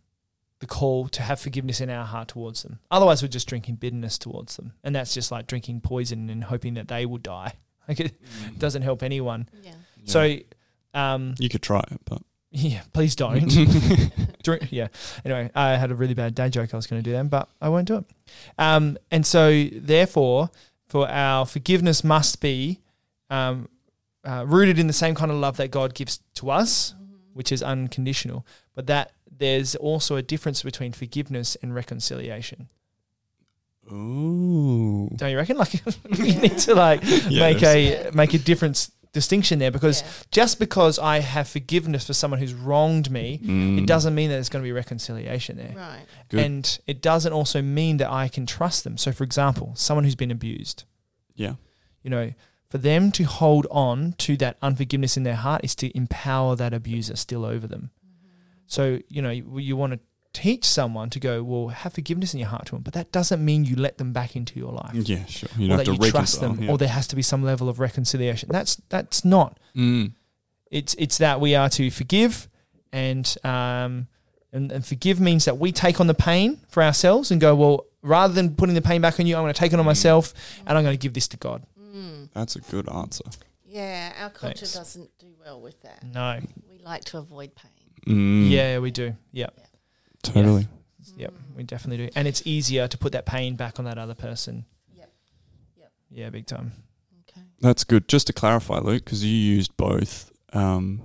[SPEAKER 2] the call to have forgiveness in our heart towards them. Otherwise, we're just drinking bitterness towards them, and that's just like drinking poison and hoping that they will die. <laughs> Like it doesn't help anyone.
[SPEAKER 3] Yeah.
[SPEAKER 2] So, um,
[SPEAKER 1] you could try it, but
[SPEAKER 2] yeah, please don't. Drink, yeah. Anyway, I had a really bad dad joke I was going to do then, but I won't do it. Um, and so, therefore, for our forgiveness must be um, uh, rooted in the same kind of love that God gives to us, which is unconditional. But that there's also a difference between forgiveness and reconciliation.
[SPEAKER 1] <laughs> Ooh.
[SPEAKER 2] Don't you reckon? <laughs> Like we
[SPEAKER 3] Yeah.
[SPEAKER 2] need to
[SPEAKER 3] <laughs>
[SPEAKER 2] like
[SPEAKER 1] Yeah,
[SPEAKER 2] make
[SPEAKER 1] there's-
[SPEAKER 2] a
[SPEAKER 3] Yeah.
[SPEAKER 2] make a difference distinction there because
[SPEAKER 3] Yeah.
[SPEAKER 2] just because I have forgiveness for someone who's wronged me,
[SPEAKER 1] Mm.
[SPEAKER 2] it doesn't mean that there's going to be reconciliation there.
[SPEAKER 3] Right.
[SPEAKER 1] Good.
[SPEAKER 2] And it doesn't also mean that I can trust them. So, for example, someone who's been abused,
[SPEAKER 1] Yeah.
[SPEAKER 2] you know, for them to hold on to that unforgiveness in their heart is to empower that abuser still over them. So, you know, you, you want to teach someone to go, well, have forgiveness in your heart to them, but that doesn't mean you let them back into your life.
[SPEAKER 1] Yeah, sure. You
[SPEAKER 2] or
[SPEAKER 1] don't
[SPEAKER 2] that
[SPEAKER 1] have to
[SPEAKER 2] you trust
[SPEAKER 1] reconcile,
[SPEAKER 2] them,
[SPEAKER 1] yeah.
[SPEAKER 2] or there has to be some level of reconciliation. That's that's not
[SPEAKER 1] Mm.
[SPEAKER 2] it's it's that we are to forgive, and um, and, and forgive means that we take on the pain for ourselves and go well. Rather than putting the pain back on you, I'm going to take it on
[SPEAKER 1] Mm.
[SPEAKER 2] myself, and I'm going to give this to God.
[SPEAKER 3] Mm.
[SPEAKER 1] That's a good answer.
[SPEAKER 3] Yeah. Our culture
[SPEAKER 2] Thanks. Mm.
[SPEAKER 3] doesn't do well with that.
[SPEAKER 2] No,
[SPEAKER 3] We like to avoid pain.
[SPEAKER 1] Mm.
[SPEAKER 2] yeah, we do. Yep,
[SPEAKER 1] Totally.
[SPEAKER 2] yep,
[SPEAKER 3] Mm.
[SPEAKER 2] we definitely do. And it's easier to put that pain back on that other person.
[SPEAKER 3] Yep. Yep.
[SPEAKER 2] Yeah, big time.
[SPEAKER 3] Okay.
[SPEAKER 1] That's good. Just to clarify, Luke, because you used both um,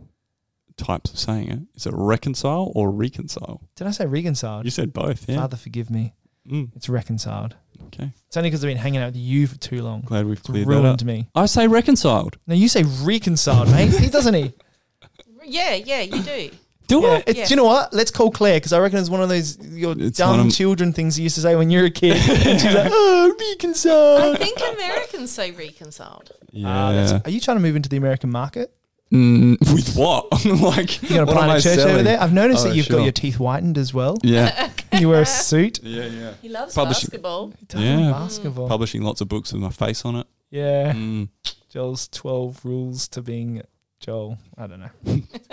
[SPEAKER 1] types of saying it. Is it reconcile or reconcile?
[SPEAKER 2] Did I say reconciled?
[SPEAKER 1] You said both, yeah.
[SPEAKER 2] Father, forgive me.
[SPEAKER 1] Mm.
[SPEAKER 2] It's reconciled.
[SPEAKER 1] Okay.
[SPEAKER 2] It's only because I've been hanging out with you for too long.
[SPEAKER 1] Glad we've
[SPEAKER 2] It's
[SPEAKER 1] cleared that up.
[SPEAKER 2] ruined me.
[SPEAKER 1] I say reconciled.
[SPEAKER 2] No, you say reconciled, mate. He doesn't he?
[SPEAKER 3] Yeah. Yeah. You do.
[SPEAKER 1] Do
[SPEAKER 2] Yeah,
[SPEAKER 1] I?
[SPEAKER 2] it's-
[SPEAKER 3] Yeah.
[SPEAKER 2] Do you know what? Let's call Claire because I reckon it's one of those your
[SPEAKER 1] It's one
[SPEAKER 2] dumb
[SPEAKER 1] of-
[SPEAKER 2] children things you used to say when you were
[SPEAKER 1] <laughs>
[SPEAKER 2] a kid. And she's like, oh,
[SPEAKER 3] <laughs> I
[SPEAKER 2] reconcile.
[SPEAKER 3] think Americans say reconciled.
[SPEAKER 2] Ah, that's- are you trying to move into the American market?
[SPEAKER 1] Mm, with what? <laughs> like,
[SPEAKER 2] You're going to
[SPEAKER 1] what am
[SPEAKER 2] plant
[SPEAKER 1] I
[SPEAKER 2] a church over
[SPEAKER 1] selling?
[SPEAKER 2] there. I've noticed
[SPEAKER 1] Oh,
[SPEAKER 2] that you've
[SPEAKER 1] sure.
[SPEAKER 2] got your teeth whitened
[SPEAKER 1] <laughs>
[SPEAKER 2] as well. <laughs>
[SPEAKER 1] Yeah.
[SPEAKER 2] You wear a suit.
[SPEAKER 1] yeah, yeah.
[SPEAKER 3] He loves
[SPEAKER 1] Publishing.
[SPEAKER 3] basketball.
[SPEAKER 1] Yeah.
[SPEAKER 2] Basketball.
[SPEAKER 1] Publishing lots of books with my face on it.
[SPEAKER 2] Yeah.
[SPEAKER 1] Mm.
[SPEAKER 2] Joel's 12 rules to being Joel. I don't know.
[SPEAKER 1] <laughs>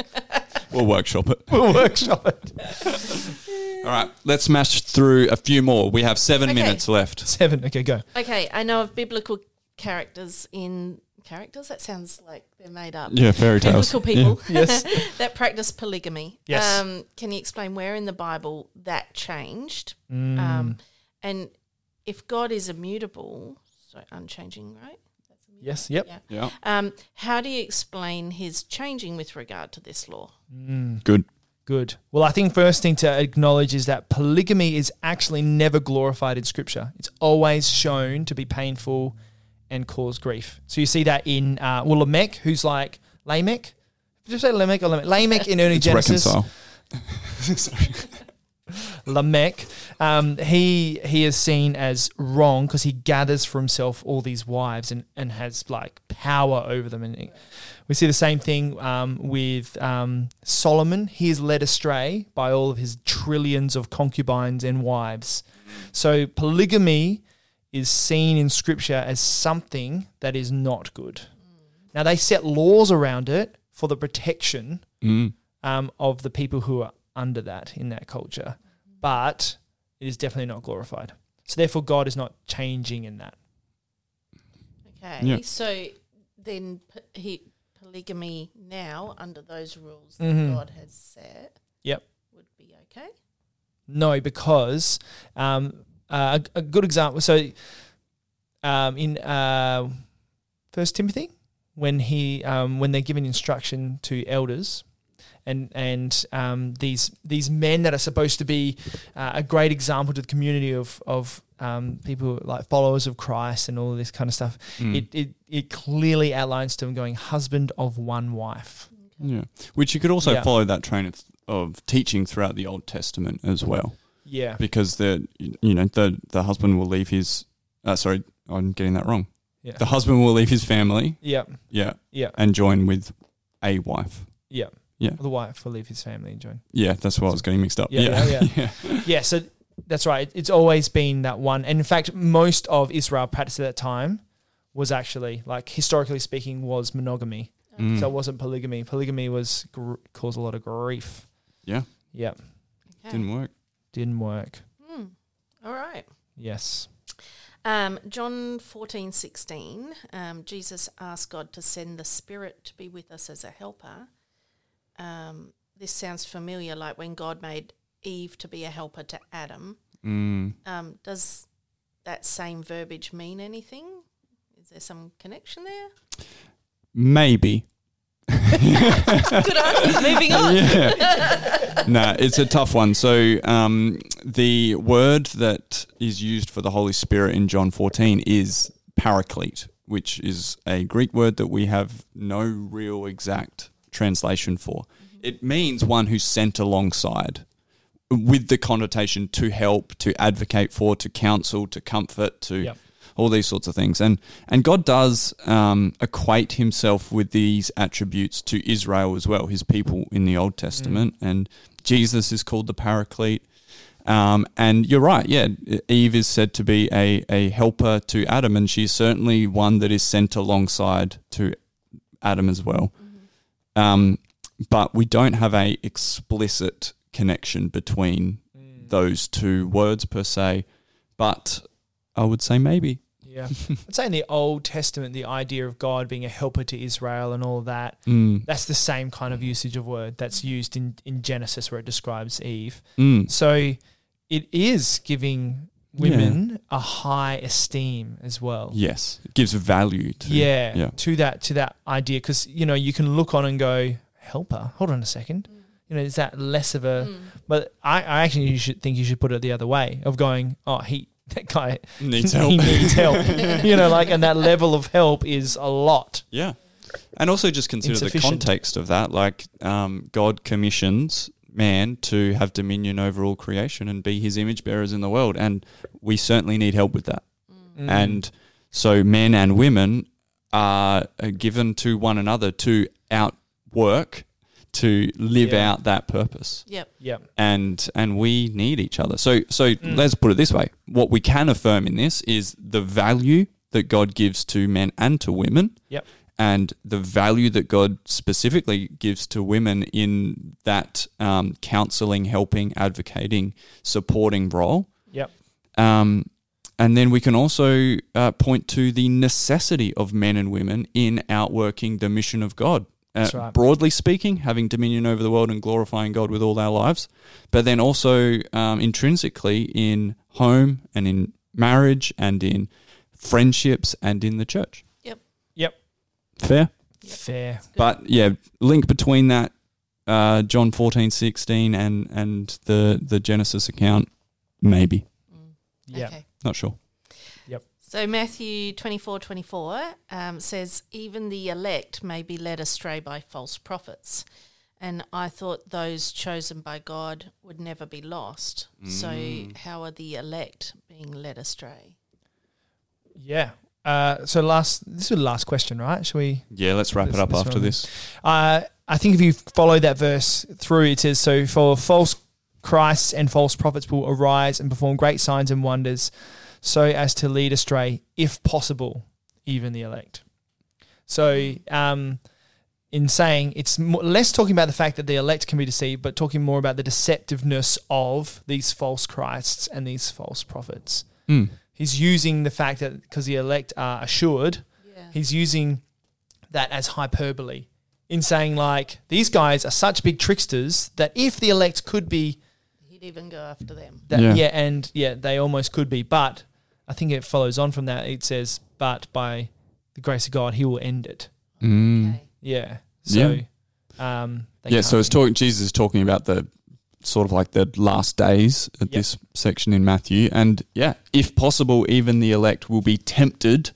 [SPEAKER 1] We'll workshop
[SPEAKER 2] <laughs>
[SPEAKER 1] it.
[SPEAKER 2] We'll workshop it.
[SPEAKER 1] All right, let's smash through a few more. We have seven
[SPEAKER 3] Okay.
[SPEAKER 1] minutes left.
[SPEAKER 2] Seven. Okay, go.
[SPEAKER 3] Okay, I know of biblical characters in characters. That sounds like they're made up.
[SPEAKER 1] Yeah, fairy tales.
[SPEAKER 3] Biblical people <laughs>
[SPEAKER 2] Yes.
[SPEAKER 3] that practice polygamy.
[SPEAKER 2] Yes.
[SPEAKER 3] Um, can you explain where in the Bible that changed?
[SPEAKER 2] Mm.
[SPEAKER 3] Um, and if God is immutable, so unchanging, right?
[SPEAKER 2] <laughs> yes. Yep.
[SPEAKER 3] Yeah.
[SPEAKER 1] Yeah.
[SPEAKER 3] Um, how do you explain his changing with regard to this law?
[SPEAKER 2] Mm.
[SPEAKER 1] Good.
[SPEAKER 2] Good. Well, I think first thing to acknowledge is that polygamy is actually never glorified in Scripture. It's always shown to be painful and cause grief. So you see that in uh, well, Lamech, who's like Lamech. Did you say Lamech or Lamech? Lamech in early
[SPEAKER 1] It's
[SPEAKER 2] Genesis.
[SPEAKER 1] reconcile.
[SPEAKER 2] Lamech, um, he he is seen as wrong because he gathers for himself all these wives and, and has like power over them. And we see the same thing um, with um, Solomon. He is led astray by all of his trillions of concubines and wives. So polygamy is seen in Scripture as something that is not good. Now they set laws around it for the protection
[SPEAKER 1] Mm.
[SPEAKER 2] um, of the people who are under that in that culture. But it is definitely not glorified. So therefore, God is not changing in that.
[SPEAKER 3] Okay.
[SPEAKER 1] Yeah.
[SPEAKER 3] So then p- he polygamy now under those rules
[SPEAKER 2] Mhm.
[SPEAKER 3] that God has set.
[SPEAKER 2] Yep.
[SPEAKER 3] Would be okay.
[SPEAKER 2] No, because um, uh, a, a good example. So um, in uh, First Timothy, when he um, when they're giving instruction to elders, and and um, these these men that are supposed to be uh, a great example to the community of of um, people like followers of Christ and all this kind of stuff,
[SPEAKER 1] Mm.
[SPEAKER 2] it, it it clearly outlines to them going husband of one wife.
[SPEAKER 1] yeah. Which you could also
[SPEAKER 2] Yeah.
[SPEAKER 1] follow that train of, of teaching throughout the Old Testament as well,
[SPEAKER 2] Yeah.
[SPEAKER 1] because the you know the the husband will leave his. Uh, sorry, I'm getting that wrong.
[SPEAKER 2] Yeah.
[SPEAKER 1] The husband will leave his family,
[SPEAKER 2] Yeah.
[SPEAKER 1] yeah,
[SPEAKER 2] Yeah.
[SPEAKER 1] and join with a wife.
[SPEAKER 2] Yeah.
[SPEAKER 1] Yeah.
[SPEAKER 2] The wife will leave his family and join.
[SPEAKER 1] Yeah, that's what I was getting mixed up.
[SPEAKER 2] Yeah,
[SPEAKER 1] Yeah,
[SPEAKER 2] yeah,
[SPEAKER 1] <laughs>
[SPEAKER 2] Yeah, so that's right. It's always been that one. And in fact, most of Israel practice at that time was actually, like, historically speaking, was monogamy.
[SPEAKER 1] Mm.
[SPEAKER 2] So it wasn't polygamy. Polygamy was gr- caused a lot of grief.
[SPEAKER 1] Yeah.
[SPEAKER 2] Yeah.
[SPEAKER 3] Okay.
[SPEAKER 2] Mm.
[SPEAKER 1] Didn't work.
[SPEAKER 2] Didn't work.
[SPEAKER 3] Hmm. All right.
[SPEAKER 2] Yes.
[SPEAKER 3] Um, John fourteen sixteen. um, Jesus asked God to send the Spirit to be with us as a helper. Um, this sounds familiar, like when God made Eve to be a helper to Adam.
[SPEAKER 1] Mm.
[SPEAKER 3] Um, does that same verbiage mean anything? Is there some connection there?
[SPEAKER 1] Maybe.
[SPEAKER 3] Good answer. Moving on.
[SPEAKER 1] <laughs> Yeah. nah, it's a tough one. So um, the word that is used for the Holy Spirit in John 14 is paraclete, which is a Greek word that we have no real exact translation for.
[SPEAKER 3] Mm-hmm.
[SPEAKER 1] It means one who's sent alongside. With the connotation to help, to advocate for, to counsel, to comfort, to
[SPEAKER 2] Yep.
[SPEAKER 1] all these sorts of things. And and God does um, equate Himself with these attributes to Israel as well, His people in the Old Testament. And Jesus is called the Paraclete. Um, and you're right, yeah. Eve is said to be a, a helper to Adam, and she's certainly one that is sent alongside to Adam as well. Um, but we don't have a explicit connection between
[SPEAKER 2] Mm.
[SPEAKER 1] those two words per se. But I would say maybe. <laughs>
[SPEAKER 2] Yeah. I'd say in the Old Testament, the idea of God being a helper to Israel and all that,
[SPEAKER 1] Mm.
[SPEAKER 2] that's the same kind of usage of word that's used in, in Genesis where it describes Eve.
[SPEAKER 1] Mm.
[SPEAKER 2] So it is giving women a high esteem as well.
[SPEAKER 1] Yes, it gives value to.
[SPEAKER 2] yeah,
[SPEAKER 1] yeah.
[SPEAKER 2] to that to that idea because you know you can look on and go helper. Hold on a second. You know, is that less of
[SPEAKER 3] Mm.
[SPEAKER 2] a? But I, I actually you should think you should put it the other way of going. Oh, he <laughs> that guy
[SPEAKER 1] needs
[SPEAKER 2] <laughs> he
[SPEAKER 1] help. <laughs>
[SPEAKER 2] needs help. you know, like and that level of help is a lot.
[SPEAKER 1] yeah, and also just consider the
[SPEAKER 2] Insufficient.
[SPEAKER 1] context of that. Like, um, God commissions man to have dominion over all creation and be His image bearers in the world, and we certainly need help with that.
[SPEAKER 2] Mm.
[SPEAKER 1] And so, men and women are uh, given to one another to outwork, to live
[SPEAKER 2] Yeah.
[SPEAKER 1] out that purpose.
[SPEAKER 3] Yep.
[SPEAKER 2] yeah,
[SPEAKER 1] and and we need each other. So so let's put it this way: what we can affirm in this is the value that God gives to men and to women,
[SPEAKER 2] yep,
[SPEAKER 1] and the value that God specifically gives to women in that um, counseling, helping, advocating, supporting role.
[SPEAKER 2] yep,
[SPEAKER 1] Um, and then we can also uh, point to the necessity of men and women in outworking the mission of God. Uh,
[SPEAKER 2] That's right.
[SPEAKER 1] Broadly speaking, having dominion over the world and glorifying God with all our lives, but then also um, intrinsically in home and in marriage and in friendships and in the church.
[SPEAKER 3] Yep.
[SPEAKER 2] Yep.
[SPEAKER 1] Fair?
[SPEAKER 2] fair.
[SPEAKER 1] But yeah, link between that uh, John 14, 16 and, and the, the Genesis account, maybe.
[SPEAKER 3] Mm.
[SPEAKER 2] Yeah,
[SPEAKER 3] Okay.
[SPEAKER 1] Not sure.
[SPEAKER 3] So Matthew twenty four twenty four um, says, Even the elect may be led astray by false prophets. And I thought those chosen by God would never be lost.
[SPEAKER 1] Mm.
[SPEAKER 3] So how are the elect being led astray?
[SPEAKER 2] yeah. Uh, so last this is the last question, right? Shall we?
[SPEAKER 1] Yeah, let's wrap
[SPEAKER 2] This-
[SPEAKER 1] it up
[SPEAKER 2] this
[SPEAKER 1] after
[SPEAKER 2] one.
[SPEAKER 1] this.
[SPEAKER 2] Uh, I think if you follow that verse through, it says, So for false Christs and false prophets will arise and perform great signs and wonders, so as to lead astray, if possible, even the elect. So um, in saying it's more, less talking about the fact that the elect can be deceived, but talking more about the deceptiveness of these false Christs and these false prophets.
[SPEAKER 1] Mm.
[SPEAKER 2] He's using the fact that because the elect are assured,
[SPEAKER 3] Yeah.
[SPEAKER 2] he's using that as hyperbole in saying like these guys are such big tricksters that if the elect could be
[SPEAKER 3] He'd even go after them.
[SPEAKER 2] that
[SPEAKER 1] Yeah.
[SPEAKER 2] yeah. and yeah, they almost could be. But I think it follows on from that. It says, but by the grace of God, he will end it.
[SPEAKER 1] Mm.
[SPEAKER 3] Okay.
[SPEAKER 2] Yeah. So, um, they
[SPEAKER 1] Yeah, so
[SPEAKER 2] can't
[SPEAKER 1] it's
[SPEAKER 2] be-
[SPEAKER 1] talking. Jesus is talking about the sort of like the last days at
[SPEAKER 2] Yep.
[SPEAKER 1] this section in Matthew, and yeah, if possible, even the elect will be tempted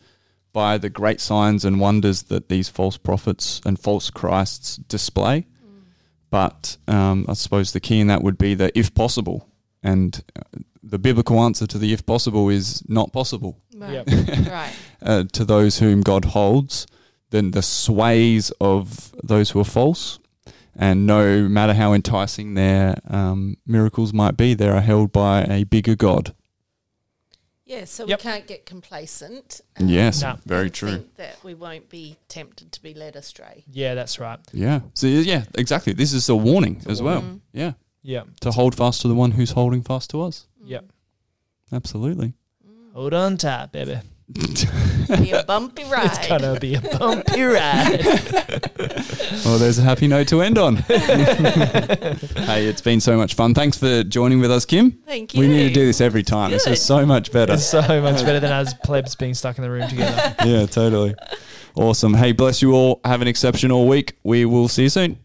[SPEAKER 1] by the great signs and wonders that these false prophets and false Christs display. But um, I suppose the key in that would be that if possible, and uh, the biblical answer to the if possible is not possible
[SPEAKER 3] Right. <laughs> right.
[SPEAKER 1] uh, to those whom God holds than the sways of those who are false. And no matter how enticing their um, miracles might be, they are held by a bigger God.
[SPEAKER 3] Yeah, so
[SPEAKER 2] Yep.
[SPEAKER 3] we can't get complacent. Um,
[SPEAKER 1] Yes,
[SPEAKER 2] No.
[SPEAKER 1] very
[SPEAKER 3] and
[SPEAKER 1] true.
[SPEAKER 3] Think that we won't be tempted to be led astray.
[SPEAKER 2] Yeah, that's right.
[SPEAKER 1] Yeah. So yeah, exactly. This is a warning as well.
[SPEAKER 3] warning.
[SPEAKER 1] Yeah,
[SPEAKER 2] Yeah.
[SPEAKER 1] to hold fast to the one who's holding fast to us.
[SPEAKER 2] Yep.
[SPEAKER 1] Absolutely.
[SPEAKER 2] Hold on tight, baby.
[SPEAKER 3] It'll Mm. be
[SPEAKER 1] <laughs>
[SPEAKER 3] a bumpy ride.
[SPEAKER 2] It's gonna be a bumpy ride.
[SPEAKER 1] Well, there's a happy note to end on. hey, it's been so much fun. Thanks for joining with us, Kim.
[SPEAKER 3] Thank you.
[SPEAKER 1] We need to do this every time. This
[SPEAKER 3] good.
[SPEAKER 1] is so much better.
[SPEAKER 2] it's so much better than us plebs being stuck in the room together.
[SPEAKER 1] yeah, totally. Awesome. Hey, bless you all. Have an exceptional week. We will see you soon.